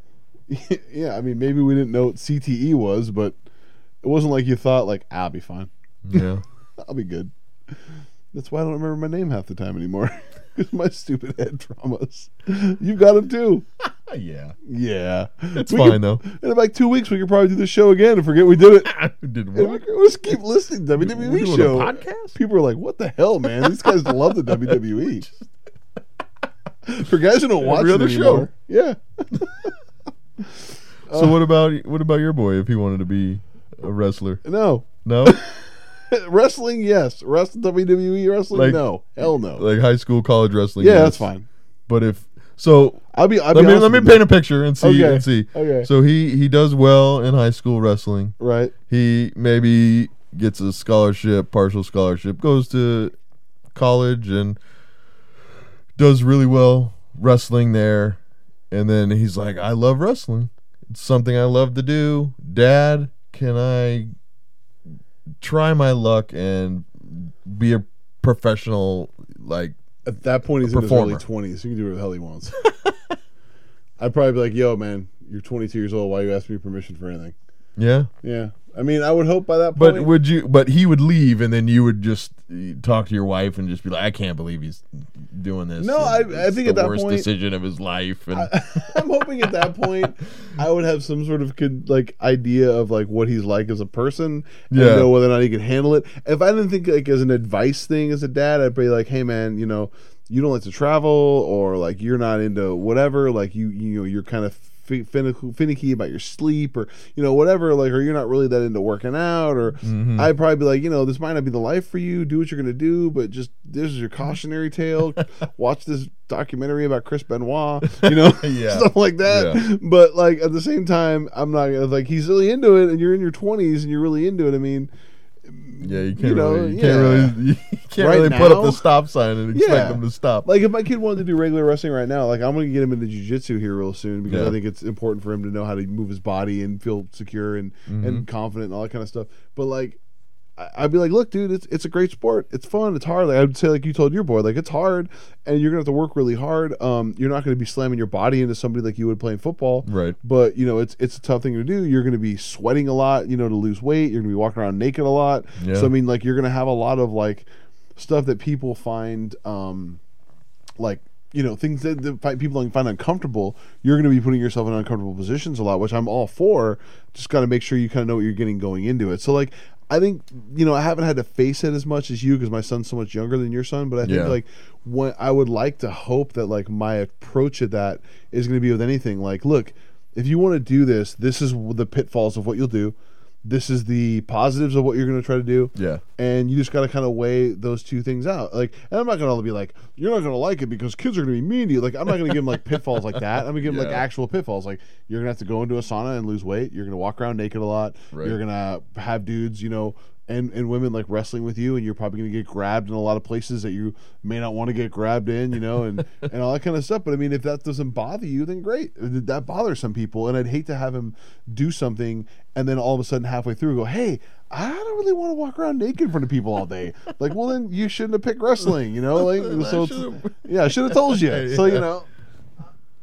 S2: *laughs* yeah, I mean maybe we didn't know what CTE was, but it wasn't like you thought like I'll be fine. *laughs*
S3: Yeah.
S2: I'll be good. That's why I don't remember my name half the time anymore. *laughs* Because my stupid head traumas. You've got them too.
S3: Ah, yeah.
S2: Yeah,
S3: It's
S2: We *laughs*
S3: fine though. *laughs*
S2: Could, in about two weeks, we could probably do the show again and forget we did it.
S3: Did
S2: And we
S3: what?
S2: could- we'll just keep listening to WWE
S3: We're doing a
S2: show.
S3: podcast?
S2: People are like, "What the hell, man? These guys love the
S3: *laughs*
S2: WWE." For guys who don't watch
S3: Every
S2: it
S3: other show.
S2: anymore. yeah. Uh,
S3: So what about what about your boy if he wanted to be a wrestler?
S2: No, *laughs*
S3: No,
S2: wrestling, yes. Wrestling, WWE E wrestling,
S3: Like-
S2: no. Hell no.
S3: like high school, college wrestling.
S2: yeah,
S3: yes.
S2: that's fine.
S3: But if so,
S2: I'll be. I'll
S3: let
S2: be
S3: me
S2: honest
S3: let me
S2: with you.
S3: paint a picture and see
S2: Okay.
S3: and see.
S2: Okay.
S3: So he he does well in high school wrestling.
S2: Right.
S3: He maybe gets a scholarship, partial scholarship, goes to college and does really well wrestling there. And then he's like, I love wrestling. It's something I love to do. Dad, can I try my luck and be a professional like
S2: At that point, he's in his
S3: Performer.
S2: early twenties. He can do whatever the hell he wants. *laughs* I'd probably be like, "Yo, man, you're 22 years old. Why you asking me permission for anything?"
S3: yeah?
S2: Yeah. I mean, I would hope by that
S3: But
S2: point.
S3: would you? But he would leave, and then you would just uh, talk to your wife and just be like, "I can't believe he's doing this."
S2: No, I-
S3: It's
S2: I think
S3: the
S2: at that
S3: worst
S2: point-
S3: decision of his life. And *laughs*
S2: *laughs* I'm hoping at that point I would have some sort of good, like idea of like what he's like as a person and
S3: Yeah.
S2: know whether or not he could handle it. If I didn't think like as an advice thing as a dad, I'd be like, "Hey man, you know, you don't like to travel or like you're not into whatever, like you you know, you're kind of fi- finicky, finicky about your sleep or you know whatever like or you're not really that into working out or
S3: Mhm.
S2: I'd probably be like, you know, this might not be the life for you. Do what you're gonna do, but just this is your cautionary tale. Watch this documentary about Chris Benoit, you know,
S3: *laughs*
S2: *laughs*
S3: Yeah.
S2: stuff like that.
S3: Yeah.
S2: But like at the same time, I'm not gonna like he's really into it, and you're in your 20s and you're really into it. I mean,
S3: yeah, you can't
S2: You know,
S3: really, you
S2: yeah.
S3: can't really, *laughs* you can't
S2: Right
S3: really put
S2: now?
S3: up the stop sign and expect
S2: Yeah.
S3: him to stop.
S2: like if my kid wanted to do regular wrestling right now, like I'm gonna get him into jujitsu here real soon because
S3: Yeah.
S2: I think it's important for him to know how to move his body and feel secure and
S3: Mm-hmm.
S2: and confident and all that kind of stuff. But like. I- I'd be like, look, dude, it's it's a great sport. It's fun. It's hard. Like I would say, like you told your boy, like it's hard, and you're gonna have to work really hard. Um, you're not gonna be slamming your body into somebody like you would playing football,
S3: Right.
S2: But you know, it's it's a tough thing to do. You're gonna be sweating a lot, you know, to lose weight. You're gonna be walking around naked a lot.
S3: Yeah.
S2: So I mean, like you're gonna have a lot of like stuff that people find, um, like you know, things that, that fi- people can find uncomfortable. You're gonna be putting yourself in uncomfortable positions a lot, which I'm all for. Just gotta make sure you kind of know what you're getting going into it. So like. I think you know I haven't had to face it as much as you because my son's so much younger than your son, but I think
S3: Yeah.
S2: like what I would like to hope that like my approach at that is going to be with anything like look if you want to do this this is w- the pitfalls of what you'll do this is the positives of what you're going to try to do
S3: Yeah.
S2: and you just got to kind of weigh those two things out like and I'm not going to be like you're not going to like it because kids are going to be mean to you like I'm not going to give them like pitfalls like that I'm going to give them like
S3: Yeah.
S2: actual pitfalls like you're going to have to go into a sauna and lose weight you're going to walk around naked a lot
S3: Right.
S2: you're gonna have dudes, you know, and, and women like wrestling with you, and you're probably gonna get grabbed in a lot of places that you may not want to get grabbed in, you know,
S3: *laughs*
S2: and, and all that kind of stuff. But I mean, if that doesn't bother you, then great. That bothers some people, and I'd hate to have him do something and then all of a sudden halfway through go, hey, I don't really want to walk around naked in front of people all day. Like, well, then you shouldn't have picked wrestling, you know.
S3: *laughs*
S2: Like,
S3: I
S2: so it's,
S3: should've-
S2: yeah,
S3: *laughs*
S2: I should have told you. So you
S3: Yeah.
S2: know,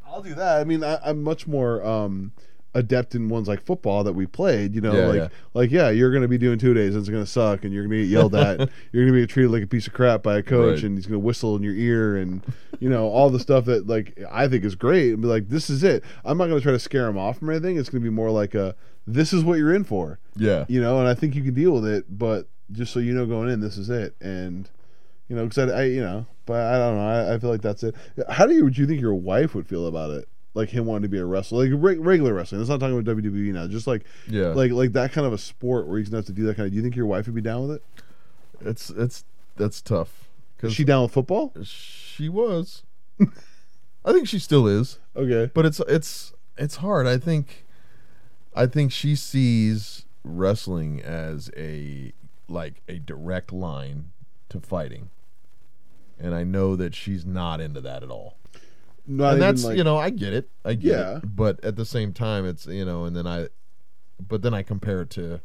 S2: I'll do that. I mean, I, I'm much more um, adept in ones like football that we played. You know,
S3: Yeah,
S2: like
S3: yeah.
S2: like yeah, you're going to be doing two days and it's going to suck, and you're going to get yelled at.
S3: *laughs*
S2: you're going to be treated like a piece of crap by a coach,
S3: Right.
S2: and he's going to whistle in your ear, and you know all the stuff that like I think is great. And be like, this is it. I'm not going to try to scare him off from anything. It's going to be more like a this is what you're in for
S3: Yeah.
S2: you know, and I think you can deal with it, but just so you know going in, this is it, and you know, because I, I, you know, but I don't know, I, I feel like that's it. How do you would you think your wife would feel about it? Like him wanting to be a wrestler, like re- regular wrestling. It's not talking about WWE now. Just like,
S3: Yeah.
S2: like, like that kind of a sport where he's gonna have to do that kind of. Do you think your wife would be down with it?
S3: it's it's that's tough
S2: Is
S3: because
S2: she down with football?
S3: she was. *laughs* I think she still is,
S2: Okay.
S3: but it's it's it's hard. I think I think she sees wrestling as a like a direct line to fighting. And I know that she's not into that at all.
S2: Not
S3: and
S2: even,
S3: that's
S2: like-
S3: you know I get it, I get
S2: Yeah.
S3: it. But at the same time, it's you know, and then I, but then I compare it to,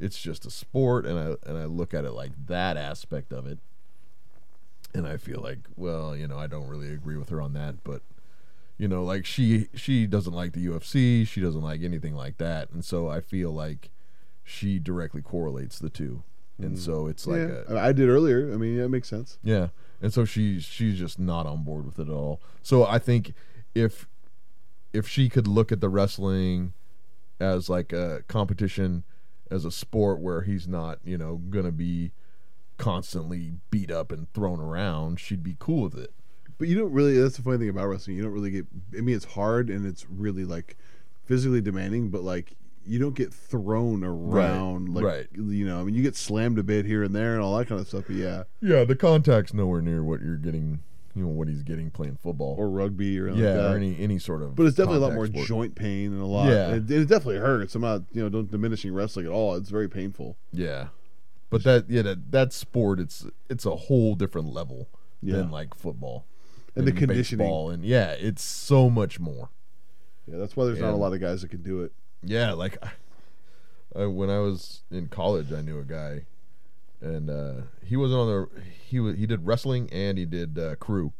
S3: it's just a sport, and I and I look at it like that aspect of it, and I feel like well, you know, I don't really agree with her on that, but you know, like she she doesn't like the UFC, she doesn't like anything like that, and so I feel like she directly correlates the two, and so it's like
S2: Mm. yeah.
S3: a,
S2: I I did earlier. I mean, that makes sense.
S3: yeah. And so she's she's just not on board with it at all. So I think if if she could look at the wrestling as like a competition as a sport where he's not, you know, going to be constantly beat up and thrown around, she'd be cool with it.
S2: But you don't really. That's the funny thing about wrestling. You don't really get. I mean, it's hard and it's really like physically demanding, but like you don't get thrown around. Like
S3: right.
S2: you know, I mean, you get slammed a bit here and there and all that kind of stuff. But yeah,
S3: Yeah, the contact's nowhere near what you're getting, you know, what he's getting playing football.
S2: or rugby or anything
S3: yeah,
S2: like that.
S3: or any any sort of
S2: but it's definitely a lot more
S3: contact sport.
S2: joint pain and a lot.
S3: Yeah.
S2: It, it definitely hurts. I'm not. You know, don't diminishing wrestling at all. It's very painful.
S3: Yeah, but that yeah that, that sport it's it's a whole different level
S2: Yeah.
S3: than like football
S2: And the conditioning.
S3: baseball, and yeah, it's so much more.
S2: Yeah, that's why there's not
S3: Yeah.
S2: a lot of guys that can do it.
S3: Yeah, like I, I, when I was in college, I knew a guy, and uh, he wasn't on the he was he did wrestling and he did uh, crew.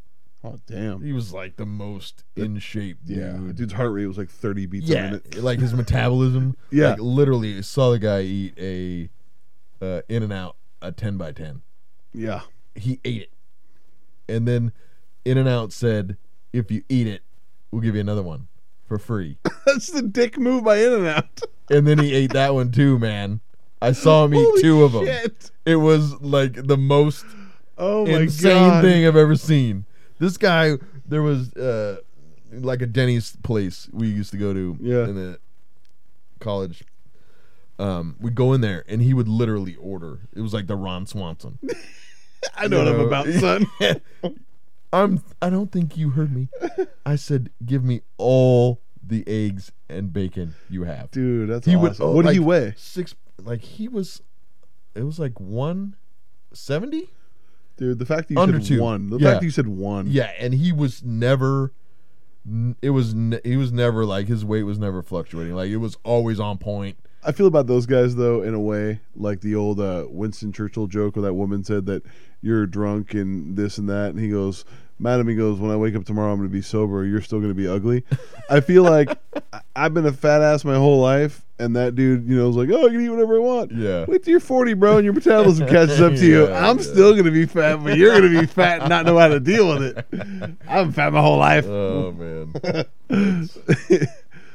S2: Oh damn.
S3: He was like the most in shape dude.
S2: Yeah, dude's heart rate was like 30 beats a
S3: yeah,
S2: minute.
S3: like
S2: *laughs*
S3: his metabolism.
S2: Yeah.
S3: like literally I saw the guy eat a uh, in and out a ten by ten.
S2: Yeah. *laughs*
S3: he ate it. And then In N Out said, if you eat it, we'll give you another one for free.
S2: That's the dick move by In and Out.
S3: and then he ate that one too, man. I saw him eat two of them. It was like the most
S2: Oh my
S3: insane
S2: god.
S3: thing I've ever seen. This guy, there was uh, like a Denny's place we used to go to
S2: Yeah.
S3: in the college. Um, we'd go in there and he would literally order. It was like the Ron *laughs* Swanson.
S2: I know what
S3: You
S2: I'm
S3: know? *laughs*
S2: about, son.
S3: I'm. I don't think you heard me. I said, give me all the eggs and bacon you have.
S2: Dude, that's
S3: He
S2: awesome.
S3: would- oh,
S2: what did he
S3: like-
S2: weigh?
S3: Six. Like he was. It was like one seventy.
S2: Dude, the fact that you
S3: Under
S2: said
S3: two.
S2: one. The
S3: Yeah.
S2: fact that you said one.
S3: Yeah, and he was never. n- It was. n- He was never like his weight was never fluctuating. Like it was always on point.
S2: I feel about those guys though, in a way, like the old uh, Winston Churchill joke where that woman said that you're drunk and this and that, and he goes, "Madam," he goes, "When I wake up tomorrow, I'm going to be sober. You're still going to be ugly." I feel like *laughs* I- I've been a fat ass my whole life, and that dude, you know, is like, "Oh, I can eat whatever I want."
S3: Yeah.
S2: Wait till you're 40, bro, and your
S3: *laughs*
S2: metabolism catches up to you.
S3: Yeah,
S2: I'm
S3: yeah.
S2: still going to be fat, but you're going to be fat and not know how to deal with
S3: *laughs*
S2: it. I'm fat my whole life.
S3: Oh man.
S2: *laughs*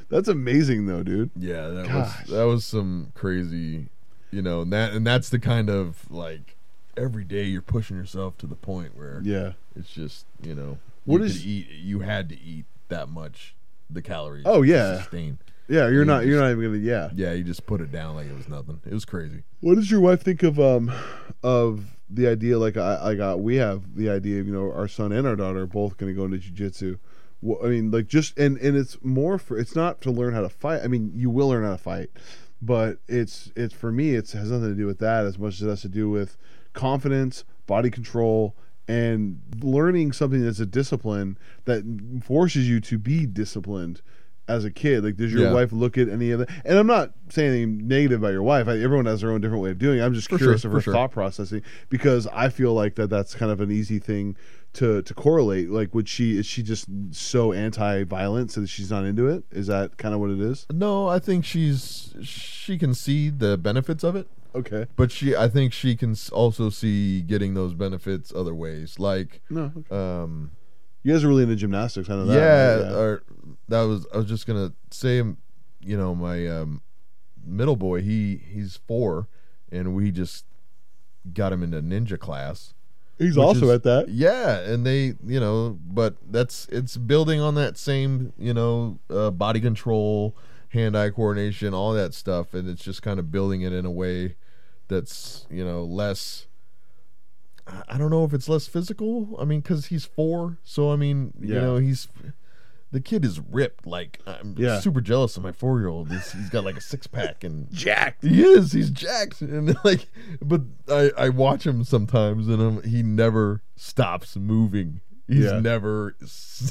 S2: That's amazing, though, dude.
S3: Yeah, that
S2: Gosh.
S3: was that was some crazy, you know, and that and that's the kind of like every day you're pushing yourself to the point where
S2: Yeah.
S3: it's just you know
S2: What
S3: you
S2: is-
S3: could eat you had to eat that much the calories.
S2: Oh,
S3: to
S2: yeah.
S3: sustain.
S2: Yeah, you're
S3: You
S2: not. You're
S3: just-
S2: not even gonna. Yeah.
S3: Yeah, you just put it down like it was nothing. It was crazy.
S2: What does your wife think of um, of the idea? Like I, I got. We have the idea. of, You know, our son and our daughter are both gonna go into jujitsu. Well, I mean, like just and and it's more for. It's not to learn how to fight. I mean, you will learn how to fight, but it's it's for me. It's has nothing to do with that as much as it has to do with confidence, body control. And learning something that's a discipline that forces you to be disciplined as a kid? Like, does your
S3: Yeah.
S2: wife look at any of that? And I'm not saying anything negative about your wife. I, everyone has their own different way of doing it. I'm just
S3: For
S2: curious
S3: sure,
S2: of her
S3: for sure.
S2: thought processing because I feel like that that's kind of an easy thing to to correlate. Like, would she is she just so anti violence that she's not into it? Is that kind of what it is?
S3: No, I think she's she can see the benefits of it,
S2: Okay.
S3: but she I think she can s- also see getting those benefits other ways, like
S2: No. okay.
S3: um
S2: You guys are really into gymnastics. I know that.
S3: yeah, uh, or that was I was just gonna say, um, you know, my um, middle boy, he he's four, and we just got him into ninja class.
S2: He's
S3: which
S2: also
S3: is-
S2: at that.
S3: Yeah, and they, you know, but that's it's building on that same, you know, uh, body control, hand-eye coordination, all that stuff, and it's just kind of building it in a way that's, you know, less. I I don't know if it's less physical. I mean, because he's four, so I mean, you
S2: Yeah.
S3: know, he's the kid is ripped. Like I'm
S2: Yeah.
S3: super jealous of my four-year-old. He's, he's got like a six-pack and
S2: Jack.
S3: he is. He's jacked, and *laughs* like, but I I watch him sometimes, and i he never stops moving. He's
S2: Yeah.
S3: never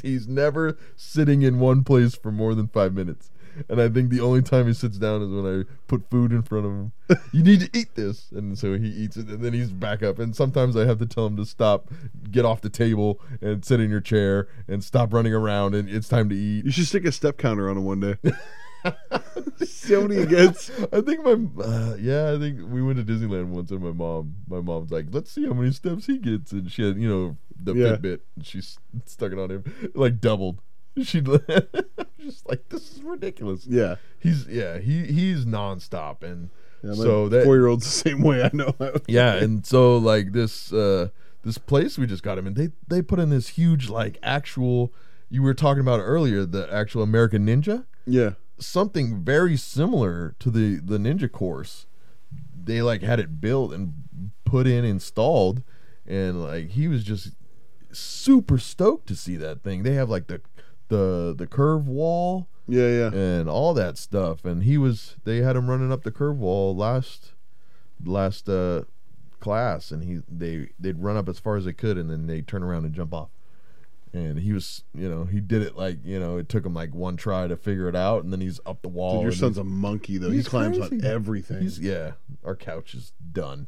S3: he's never sitting in one place for more than five minutes. And I think the only time he sits down is when I put food in front of him. you need to eat this, and so he eats it, and then he's back up. And sometimes I have to tell him to stop, get off the table, and sit in your chair, and stop running around. And it's time to eat.
S2: You should stick a step counter on him one
S3: *laughs*
S2: day. See how many he gets.
S3: I think my uh, yeah, I think we went to Disneyland once, and my mom, my mom's like, "Let's see how many steps he gets," and she had you know the
S2: Yeah.
S3: Fitbit, and she s- stuck it on him, like doubled. She *laughs* just like this is ridiculous.
S2: Yeah.
S3: He's yeah, he he's nonstop, and
S2: yeah
S3: So that-
S2: four year old's the same way. I know.
S3: yeah, and so like this uh this place we just got him in, they they put in this huge like actual you were talking about earlier the actual American Ninja.
S2: yeah.
S3: something very similar to the the ninja course they like had it built and put in installed and like he was just super stoked to see that thing they have like the the the curve wall
S2: Yeah. Yeah.
S3: and all that stuff and he was they had him running up the curve wall last last uh class and he they they'd run up as far as they could and then they turn around and jump off and he was you know he did it like you know it took him like one try to figure it out and then he's up the wall
S2: Dude, your
S3: and
S2: son's
S3: he's-
S2: a monkey though. He
S3: he's
S2: climbs on
S3: crazy.
S2: everything.
S3: he's, yeah our couch is done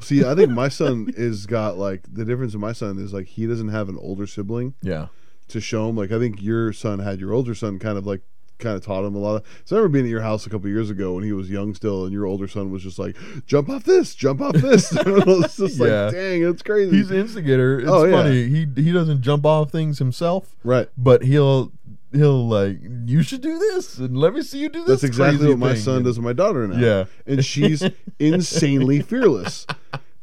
S2: See, I think my son is got like the difference in my son is like he doesn't have an older sibling
S3: yeah
S2: to show him. Like I think your son had your older son kind of like kind of taught him a lot of. So I remember being at your house a couple years ago when he was young still, and your older son was just like, "Jump off this, jump off this." *laughs* And I was just
S3: Yeah.
S2: like, "Dang, it's crazy."
S3: he's an instigator it's
S2: Oh, yeah.
S3: funny he he doesn't jump off things himself
S2: right.
S3: but he'll he'll like you should do this and let me see you do this
S2: That's exactly
S3: crazy
S2: what my
S3: thing."
S2: son
S3: And-
S2: does with my daughter now.
S3: Yeah.
S2: and she's insanely fearless.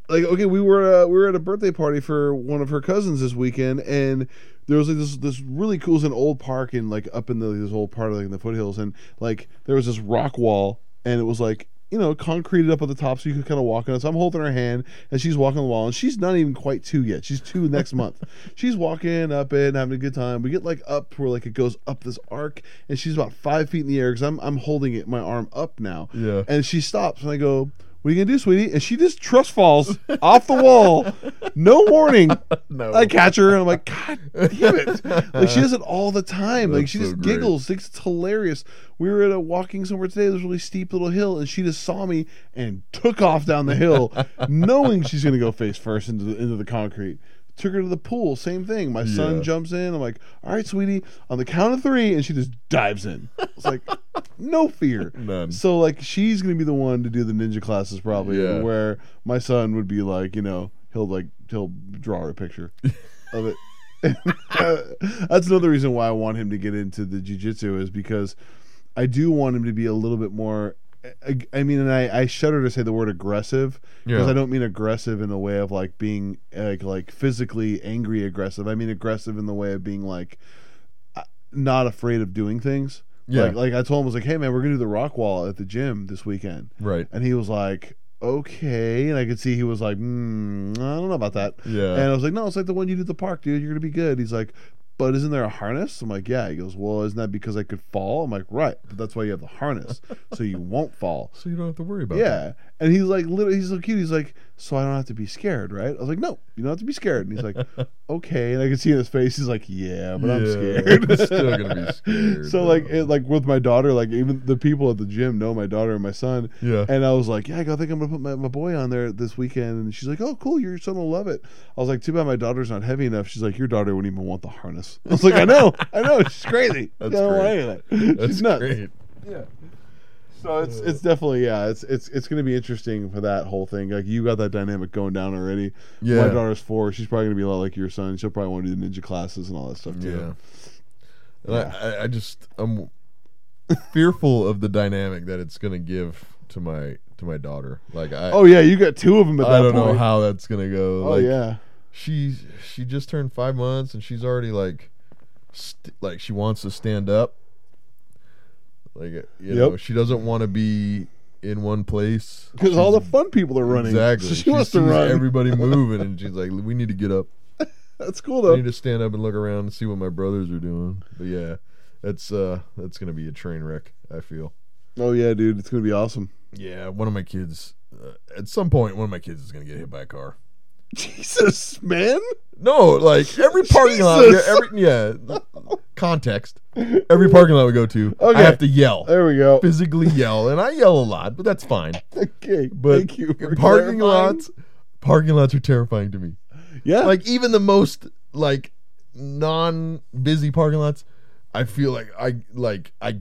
S2: Like, okay, we were uh, we were at a birthday party for one of her cousins this weekend, and there was like this this really cool, it's an old park and like up in the, this old part of like in the foothills, and like there was this rock wall, and it was like you know concreted up at the top so you could kind of walk on it. So I'm holding her hand and she's walking the wall, and she's not even quite two yet. She's two next month. She's walking up it and having a good time. We get like up where like it goes up this arc, and she's about five feet in the air because I'm I'm holding it my arm up now, *laughs*
S3: Yeah.
S2: and she stops, and I go, "What are you gonna do, sweetie?" And she just trust
S3: *laughs*
S2: falls off the wall, no warning.
S3: No.
S2: I catch her, and I'm like, "God damn it!" *laughs* Like she does it all the time. like
S3: Uh-huh. That's
S2: she
S3: so
S2: just
S3: great.
S2: giggles. Thinks it's hilarious. We were at a walking somewhere today. There's a really steep little hill, and she just saw me and took off down the
S3: *laughs*
S2: hill, knowing she's gonna go face first into the into the concrete. Took her to the pool. Same thing. My
S3: Yeah.
S2: son jumps in. I'm like, "All right, sweetie, on the count of three, and she just dives in. It's like, no fear.
S3: None.
S2: So like she's gonna be the one to do the ninja classes probably,
S3: Yeah.
S2: where my son would be like, you know, he'll like he'll draw her a picture of it. *laughs* That's another reason why I want him to get into the jujitsu is because I do want him to be a little bit more. I, I mean, and I, I shudder to say the word aggressive because
S3: Yeah.
S2: I don't mean aggressive in the way of like being like like physically angry aggressive. I mean aggressive in the way of being like uh, not afraid of doing things.
S3: Yeah.
S2: Like, like I told him, I was like, hey, man, we're going to do the rock wall at the gym this weekend.
S3: right.
S2: And he was like, okay. And I could see he was like, mm, I don't know about that.
S3: Yeah.
S2: And I was like, no, it's like the one you did at the park, dude. You're going to be good. He's like, but isn't there a harness? I'm like, yeah. He goes, well, isn't that because I could fall? I'm like, right, but that's why you have the harness, so you won't fall.
S3: so *laughs* you don't have to worry about
S2: Yeah. And he's like, literally, he's so cute. He's like, so I don't have to be scared, right? I was like, no, you don't have to be scared. And he's
S3: *laughs*
S2: like, okay. And I can see in his face, he's like, yeah, but I'm
S3: Yeah, *laughs*
S2: scared.
S3: I'm still gonna be
S2: *laughs*
S3: scared,
S2: so like,
S3: though.
S2: it, like with my daughter, like even the people at the gym know my daughter and my son.
S3: that. Yeah.
S2: And I was like, yeah, I think I'm gonna put my, my boy on there this weekend. And she's like, oh, cool, your son will love it. I was like, too bad my daughter's not heavy enough. She's like, your daughter wouldn't even want the harness. I was like, I know, I know,
S3: *laughs*
S2: she's crazy.
S3: That's
S2: I don't want
S3: great.
S2: any of that. *laughs*
S3: That's
S2: she's nuts.
S3: great.
S2: Yeah. So it's it's definitely yeah it's it's it's gonna be interesting for that whole thing like you got that dynamic going down already. My
S3: Yeah.
S2: daughter's four. She's probably gonna be a lot like your son. She'll probably want to do ninja classes and all that stuff
S3: Yeah.
S2: too.
S3: And I, I, I just I'm fearful of the dynamic that it's gonna give to my to my daughter. Like I
S2: Oh yeah, you got two of them at that
S3: I don't
S2: point.
S3: know how that's gonna go.
S2: Oh
S3: like,
S2: yeah.
S3: she's she just turned five months and she's already like st- like she wants to stand up like uh, you know she doesn't want to be in
S2: *laughs*
S3: one place
S2: Because all the fun people are running.
S3: exactly
S2: So *laughs* she, wants to
S3: sees
S2: run. *laughs*
S3: everybody moving and she's like we need to get up
S2: That's cool
S3: i
S2: though.
S3: need to stand up and look around and see what my brothers are doing but yeah that's uh that's gonna be a train wreck i feel
S2: Oh yeah, dude, it's gonna be awesome. *laughs*
S3: yeah one of my kids uh, at some point one of my kids is gonna get hit by a car
S2: Jesus, man.
S3: No, like every parking lot,
S2: Jesus.
S3: every yeah, context. Every parking lot we go to,
S2: Okay.
S3: I have to yell,
S2: There we
S3: *laughs*
S2: go.
S3: physically yell, and I yell a lot, but that's fine.
S2: Okay,
S3: But
S2: thank you. For
S3: parking
S2: clarifying.
S3: lots, parking lots are terrifying to me.
S2: Yeah.
S3: Like even the most like non-busy parking lots, I feel like I like I.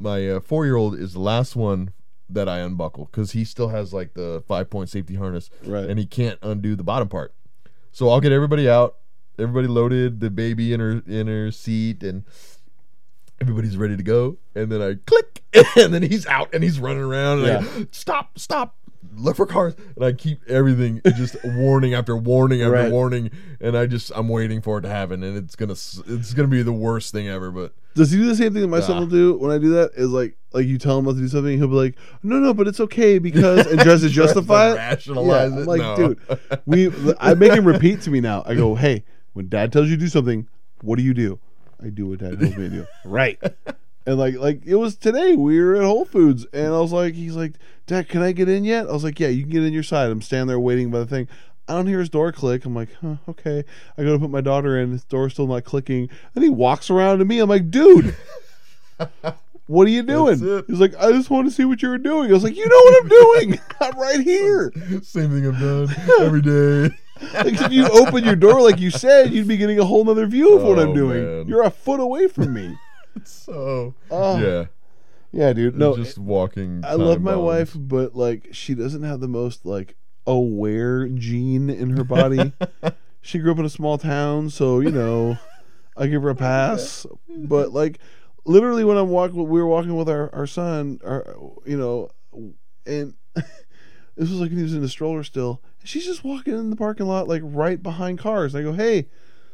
S3: My uh, four-year-old is the last one that I unbuckle because he still has like the five-point safety harness
S2: right.
S3: and he can't undo the bottom part. So I'll get everybody out, everybody loaded, the baby in her in her seat, and everybody's ready to go. And then I click, *laughs* and then he's out, and he's running around, and I, stop, stop, look for cars, and I keep everything just *laughs* warning after warning after
S2: Right.
S3: warning, and I just I'm waiting for it to happen, and it's gonna s- it's gonna be the worst thing ever. But
S2: Does he do the same thing that my son
S3: Nah.
S2: will do when I do that? Is like like you tell him not to do something, he'll be like, "No, no, but it's okay because," and
S3: *laughs*
S2: tries to *laughs* justify it.
S3: rationalize
S2: Yeah,
S3: it.
S2: I'm like,
S3: no. *laughs*
S2: dude, We, I make him repeat to me now. I go, "Hey, when Dad tells you to do something, what do you do?" I do what Dad tells me to
S3: *laughs*
S2: do. Right. And like, like it was today. We were at Whole Foods, and I was like, "He's like, Dad, can I get in yet?" I was like, "Yeah, you can get in your side." I'm standing there waiting by the thing. I don't hear his door click. I'm like, huh, okay. I go to put my daughter in. His door's still not clicking. Then he walks around to me. I'm like,
S3: *laughs*
S2: dude, what are you doing?
S3: That's it.
S2: He's like, I just want to see what you were doing. I was like, you know what I'm
S3: *laughs*
S2: doing. I'm right here.
S3: same thing
S2: *laughs*
S3: I've done every day. *laughs*
S2: Like if you open your door like you said, you'd be getting a whole nother view of what I'm
S3: Oh,
S2: doing.
S3: man.
S2: You're a foot away from me.
S3: So
S2: Oh, yeah.
S3: *laughs* yeah.
S2: dude.
S3: It's
S2: No,
S3: just walking.
S2: I
S3: time
S2: love my
S3: bombs.
S2: wife, but like she doesn't have the most like aware gene in her body. she grew up in a small town, so you know, I give her a pass. But like, literally, when I'm walking, we were walking with our our son, our you know, and *laughs* this was like when he was in the stroller still. And she's just walking in the parking lot, like right behind cars. And I go, hey,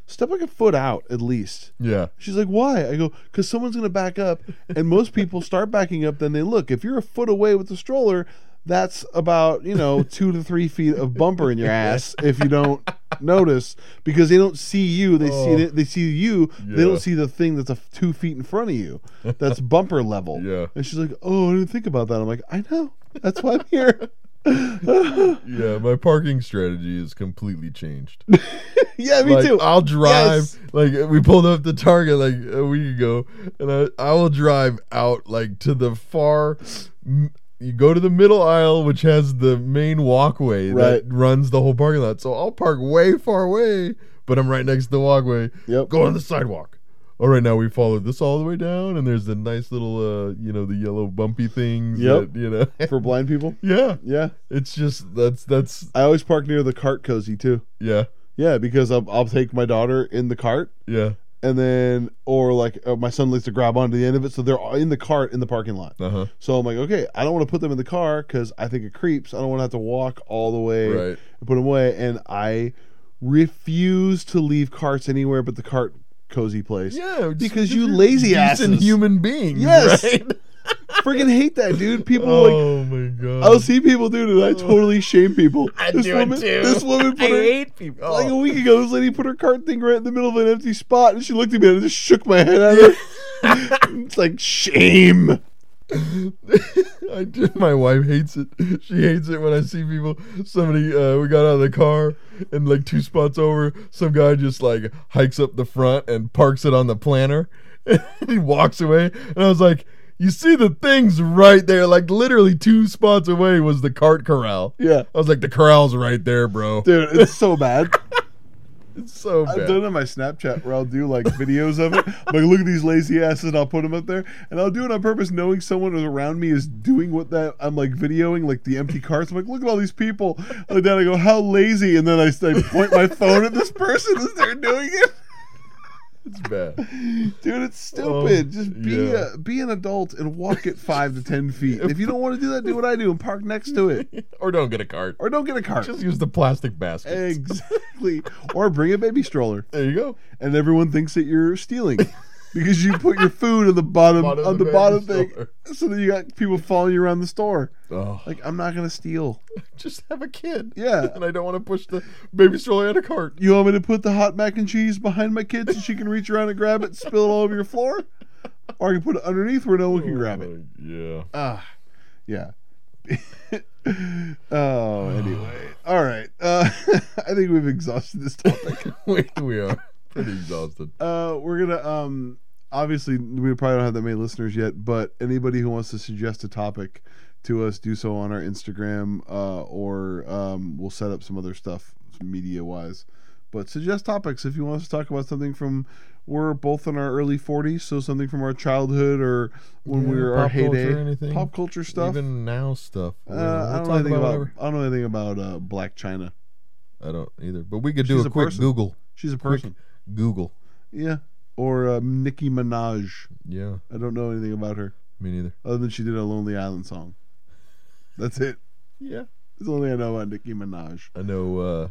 S2: step like a foot out at least.
S3: Yeah,
S2: She's like, why? I go, because someone's going to back up. And most people start backing up, then they look. If you're a foot away with the stroller, that's about, you know, two to three feet of bumper in your ass if you don't notice because they don't see you. They see
S3: Oh.
S2: it, they see you. They
S3: Yeah.
S2: don't see the thing that's a f- two feet in front of you. That's bumper level.
S3: yeah,
S2: And she's like, oh, I didn't think about that. I'm like, I know. That's why I'm here.
S3: yeah. My parking strategy is completely changed.
S2: *laughs* yeah, *laughs* me
S3: Like, uh,
S2: too.
S3: I'll drive.
S2: Yes.
S3: Like we pulled up to Target like a week ago, and I I will drive out like to the far. m- You go to the middle aisle, which has the main walkway
S2: Right.
S3: that runs the whole parking lot. So I'll park way far away, but I'm right next to the walkway.
S2: Yep.
S3: Go on the sidewalk. All right, now we followed this all the way down, and there's the nice little, uh, you know, the yellow bumpy things.
S2: Yep.
S3: That, you know. *laughs*
S2: For blind people.
S3: yeah.
S2: Yeah.
S3: It's just that's that's
S2: I always park near the cart cozy too.
S3: yeah
S2: Yeah, because I'll, I'll take my daughter in the cart,
S3: yeah
S2: and then or like uh, my son likes to grab onto the end of it, so they're all in the cart in the parking lot.
S3: uh huh
S2: So I'm like, okay, I don't want to put them in the car because I think it creeps. I don't want to have to walk all the way
S3: right
S2: and put them away, and I refuse to leave carts anywhere but the cart cozy place.
S3: yeah
S2: Because you lazy
S3: ass
S2: asses.
S3: human beings
S2: Yes.
S3: right?
S2: freaking hate that, dude. People like
S3: *laughs* oh my god!
S2: I'll see people do it, and I totally shame people.
S3: I
S2: this
S3: do it
S2: woman,
S3: too.
S2: This woman put
S3: I
S2: her,
S3: hate people. Oh. *laughs*
S2: like a week ago. This lady put her cart thing right in the middle of an empty spot, and she looked at me and I just shook my head at her. *laughs* it's like shame.
S3: I do. My wife hates it. *laughs* She hates it when I see people. Somebody, uh, we got out of the car and like two spots over, some guy just like hikes up the front and parks it on the planter. *laughs* And he walks away. And I was like, you see the things right there. Like literally two spots away was the cart corral.
S2: Yeah,
S3: I was like, the corral's right there, bro.
S2: dude, it's so *laughs* bad.
S3: It's so
S2: I've
S3: bad.
S2: done it on my Snapchat where I'll do like videos *laughs* of it. I'm like, look at these lazy asses, and I'll put them up there, and I'll do it on purpose, knowing someone who's around me is doing what that I'm like videoing, like the empty carts. I'm like, look at all these people. I look down, I go, how lazy, and then I, I point my phone at this person as they're doing it.
S3: It's bad. *laughs*
S2: Dude, it's stupid.
S3: Oh,
S2: Just be
S3: yeah.
S2: a, be an adult and walk it five to ten feet. If you don't want to do that, do what I do and park next to it,
S3: Or don't get a cart.
S2: or don't get a cart.
S3: Just use the plastic basket.
S2: exactly, or bring a baby stroller.
S3: There you go.
S2: and everyone thinks that you're stealing because you put your food on the bottom,
S3: Bottom
S2: on
S3: of
S2: the,
S3: the baby
S2: bottom thing,
S3: stroller.
S2: so that you got people following you around the store.
S3: Oh,
S2: Like I'm not gonna steal.
S3: just have a kid.
S2: Yeah.
S3: *laughs* and I don't want to push the baby stroller in a cart.
S2: You want me to put the hot mac and cheese behind my kid so she can reach around and grab it, and spill it all over your floor, or I can put it underneath where no one can grab it.
S3: Oh, Yeah.
S2: Ah, yeah. *laughs* oh,
S3: *sighs*
S2: anyway, all right. Uh, *laughs* I think we've exhausted this topic.
S3: *laughs* we, we are pretty exhausted.
S2: uh, we're gonna um obviously we probably don't have that many listeners yet but anybody who wants to suggest a topic to us do so on our instagram uh, or um, we'll set up some other stuff media wise but suggest topics if you want us to talk about something from we're both in our early 40s so something from our childhood or when we
S3: Yeah,
S2: were our
S3: pop culture,
S2: heyday
S3: anything.
S2: pop culture stuff
S3: Even now stuff.
S2: uh,
S3: We'll
S2: I, don't know
S3: talk
S2: anything about,
S3: whatever.
S2: I don't know anything about uh, black china
S3: I don't either. But we could do
S2: She's
S3: a
S2: a
S3: quick
S2: person.
S3: Google.
S2: she's a
S3: Quick
S2: person
S3: Google.
S2: yeah or uh, nicki minaj
S3: Yeah.
S2: i don't know anything about her
S3: Me neither.
S2: other than she did a Lonely Island song. That's it.
S3: Yeah.
S2: That's the only I know about Nicki Minaj.
S3: I know. uh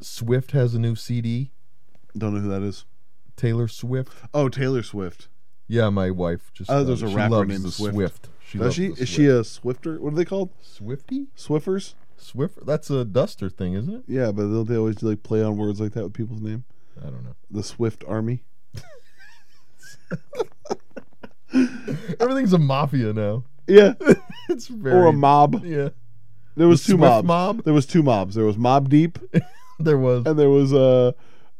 S3: Swift has a new CD.
S2: Don't know who that is.
S3: Taylor Swift.
S2: Oh, Taylor Swift.
S3: Yeah, my wife just.
S2: Oh, there's
S3: uh,
S2: a
S3: she
S2: rapper
S3: loves
S2: named
S3: the
S2: Swift.
S3: She
S2: Is
S3: loves
S2: she
S3: the
S2: is she a Swifter? What are they called?
S3: Swifty?
S2: Swiffers?
S3: Swift? That's a duster thing, isn't it?
S2: Yeah, but don't they always like play on words like that with people's name?
S3: I don't know.
S2: *laughs* The Swift Army.
S3: Everything's a
S2: *laughs*
S3: mafia now.
S2: Yeah,
S3: It's very
S2: or a mob.
S3: Yeah,
S2: There was two
S3: The Swift
S2: mobs.
S3: mob? *laughs*
S2: There was two mobs. There was Mob Deep,
S3: there was.
S2: and there was uh,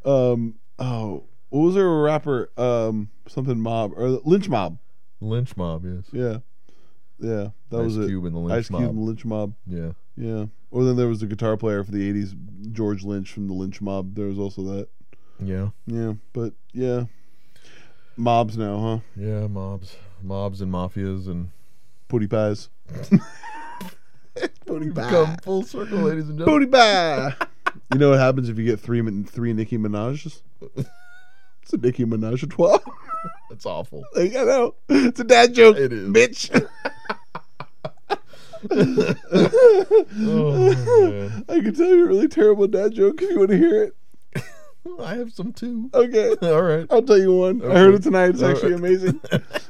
S2: um, oh, what was there a rapper? Um, something mob or Lynch Mob.
S3: Lynch mob, yes.
S2: Yeah, yeah, that
S3: Ice
S2: was it.
S3: Cube and the Lynch
S2: Ice Cube
S3: mob.
S2: and Lynch Mob.
S3: Yeah.
S2: Yeah. Or then there was the guitar player for the 80s, George Lynch from the Lynch Mob. There was also that.
S3: Yeah.
S2: Yeah. But yeah. Mobs now, huh?
S3: Yeah, mobs. Mobs and mafias and
S2: Booty pies. Booty
S3: We've come full circle, ladies and
S2: Booty
S3: gentlemen.
S2: pie. you know what happens if you get three min- three Nicki
S3: *laughs*
S2: Minaj's? It's a Nicki Minaj a trois.
S3: That's awful.
S2: like, I know. It's a dad joke, *laughs*
S3: It is.
S2: bitch. *laughs*
S3: Oh, man.
S2: I can tell you a really terrible dad joke if you want to hear it.
S3: I have some too.
S2: Okay.
S3: *laughs*
S2: *laughs*
S3: All right.
S2: I'll tell you one. I
S3: Okay.
S2: heard it tonight. It's
S3: All
S2: actually
S3: right.
S2: amazing.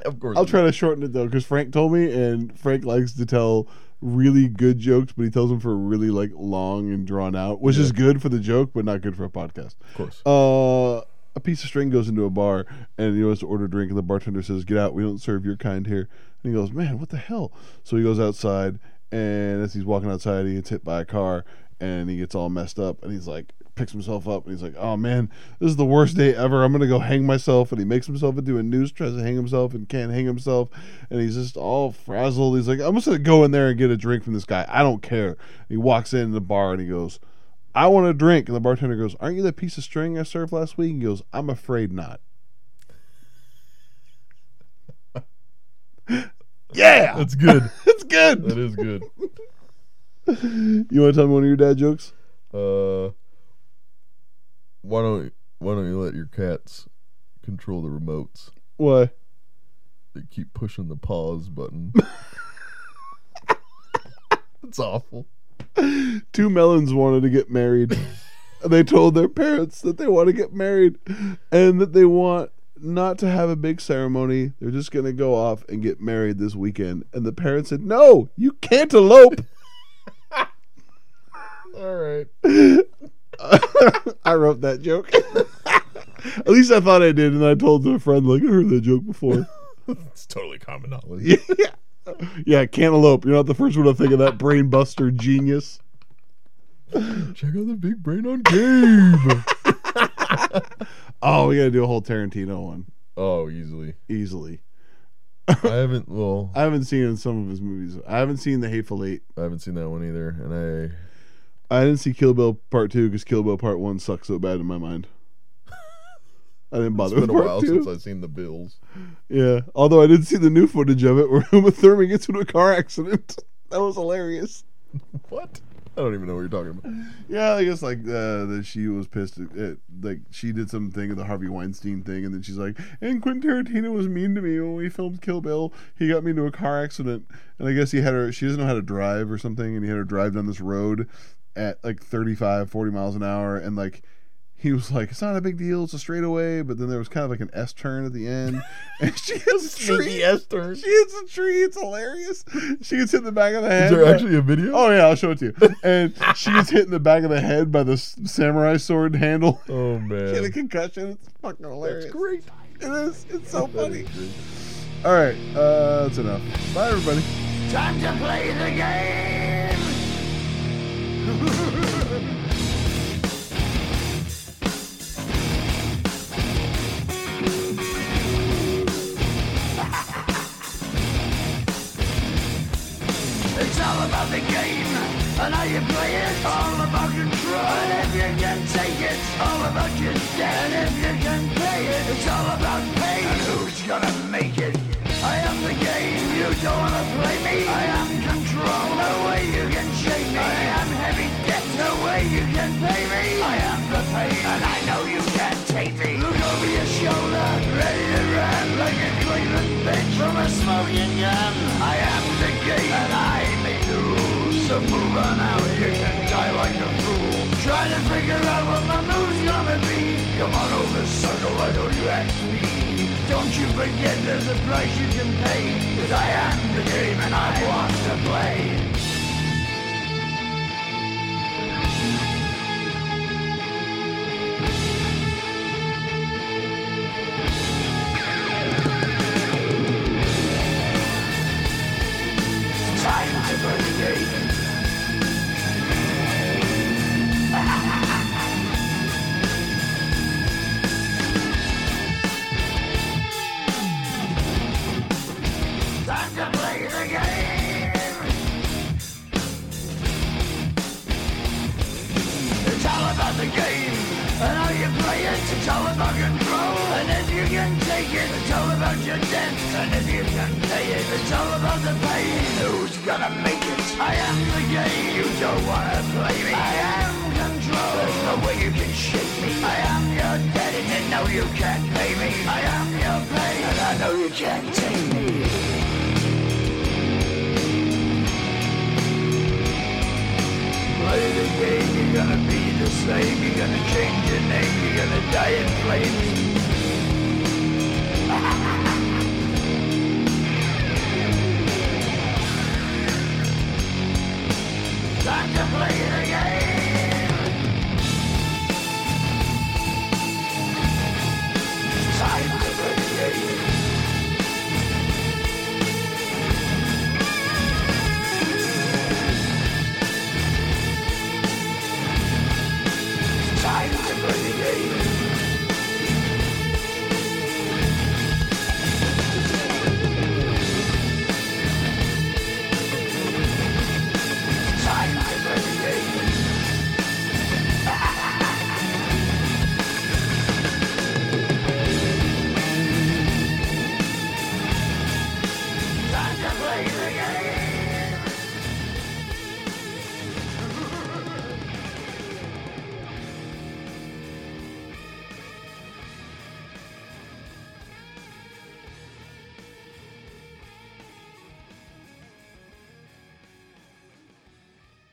S3: of
S2: *laughs*
S3: course.
S2: I'll try to shorten it though, because Frank told me, and Frank likes to tell really good jokes, but he tells them for really like long and drawn out, which is good for the joke, but not good for a podcast.
S3: Of course.
S2: Uh, a piece of string goes into a bar, and he wants to order a drink, and the bartender says, "Get out! We don't serve your kind here." And he goes, "Man, what the hell?" So he goes outside, and as he's walking outside, he gets hit by a car, and he gets all messed up, and he's like. Picks himself up and he's like, "Oh man, this is the worst day ever. I'm gonna go hang myself." And he makes himself into a noose, tries to hang himself, and can't hang himself. And he's just all frazzled. He's like, "I'm just gonna go in there and get a drink from this guy. I don't care." he walks in the bar and he goes, I want a drink. And the bartender goes, Aren't you that piece of string I served last week? And he goes, I'm afraid not. *laughs* yeah. *laughs*
S3: That's good.
S2: It's good.
S3: that is good.
S2: You want to tell me one of your dad jokes?
S3: Uh, why don't why don't you let your cats control the remotes?
S2: Why?
S3: They keep pushing the pause button. *laughs* It's awful.
S2: Two melons wanted to get married. And they told their parents that they want to get married and that they want not to have a big ceremony. They're just going to go off and get married this weekend. And the parents said, No, you can't elope.
S3: All right.
S2: *laughs* I wrote that joke. At least I thought I did. And I told a friend, like, I heard that joke before. *laughs*
S3: It's totally common knowledge.
S2: yeah. Yeah, cantaloupe. You're not the first one to think of that brain buster genius.
S3: Check out the big brain on Gabe.
S2: Oh, we got to do a whole Tarantino one
S3: oh, easily.
S2: easily.
S3: I haven't. Well,
S2: I haven't seen some of his movies. I haven't seen The Hateful Eight.
S3: I haven't seen that one either, and I
S2: I didn't see Kill Bill Part Two because Kill Bill Part One sucks so bad in my mind. I didn't
S3: it's
S2: bother
S3: been
S2: with
S3: a
S2: Part
S3: while
S2: Two.
S3: since I've seen the Bills.
S2: Yeah, although I did see the new footage of it *laughs* where Uma Thurman gets into a car accident. *laughs* That was hilarious.
S3: What? I don't even know what you're talking about.
S2: Yeah, I guess like uh, that she was pissed at, at like she did something the Harvey Weinstein thing, and then she's like, "And Quentin Tarantino was mean to me when we filmed Kill Bill. He got me into a car accident, and I guess he had her. She doesn't know how to drive or something, and he had her drive down this road at like 35, 40 miles an hour, and like." He was like, "It's not a big deal. It's a straightaway." But then there was kind of like an S turn at the end, *laughs* and she has a
S3: E
S2: tree.
S3: Esther. Is
S2: She hits a tree. It's hilarious. She gets hit in the back of the head.
S3: there
S2: by-
S3: actually a video?
S2: *laughs* Oh yeah, I'll show it to you. And she gets hit in the back of the head by the s- samurai sword handle. *laughs*
S3: Oh,
S2: She had a
S3: man.
S2: concussion. It's fucking hilarious.
S3: That's great.
S2: It is. It's so
S3: That
S2: funny.
S3: is great.
S2: All right, uh, that's enough. Bye everybody.
S4: Time to play the game! It's all about the game and how you play it. All about control. And if you can take it, all about your debt. And if you can pay it, it's all about pain. And who's gonna make it? I am the game. You don't wanna play me. I am control. No way you can shame me. I am heavy debt. No way you can pay me. I am the pain, and I know you can't take me. Look over your shoulder, ready to run like a Cleveland bitch from a smoking gun. I am the game, and I make the rules. So move on out, you can die like a fool. Try to figure out what my move's gonna be. Come on over, sucker, why don't you ask me? Don't you forget there's a price you can pay. Cause I am the game, and I want to play. time to play the game. time to play the game. It's all about the game and how you play it. It's all about control and if you can take it. It's all about your debt and if you can pay it. It's all about the pain. Who's gonna make it? I am the game. You don't wanna play me. I am control. There's no way you can shake me. I am your debt and you know you can't pay me. I am your pain and I know you can't take me. play the game, you're gonna be the same, you're gonna change your name, you're gonna die in flames. *laughs*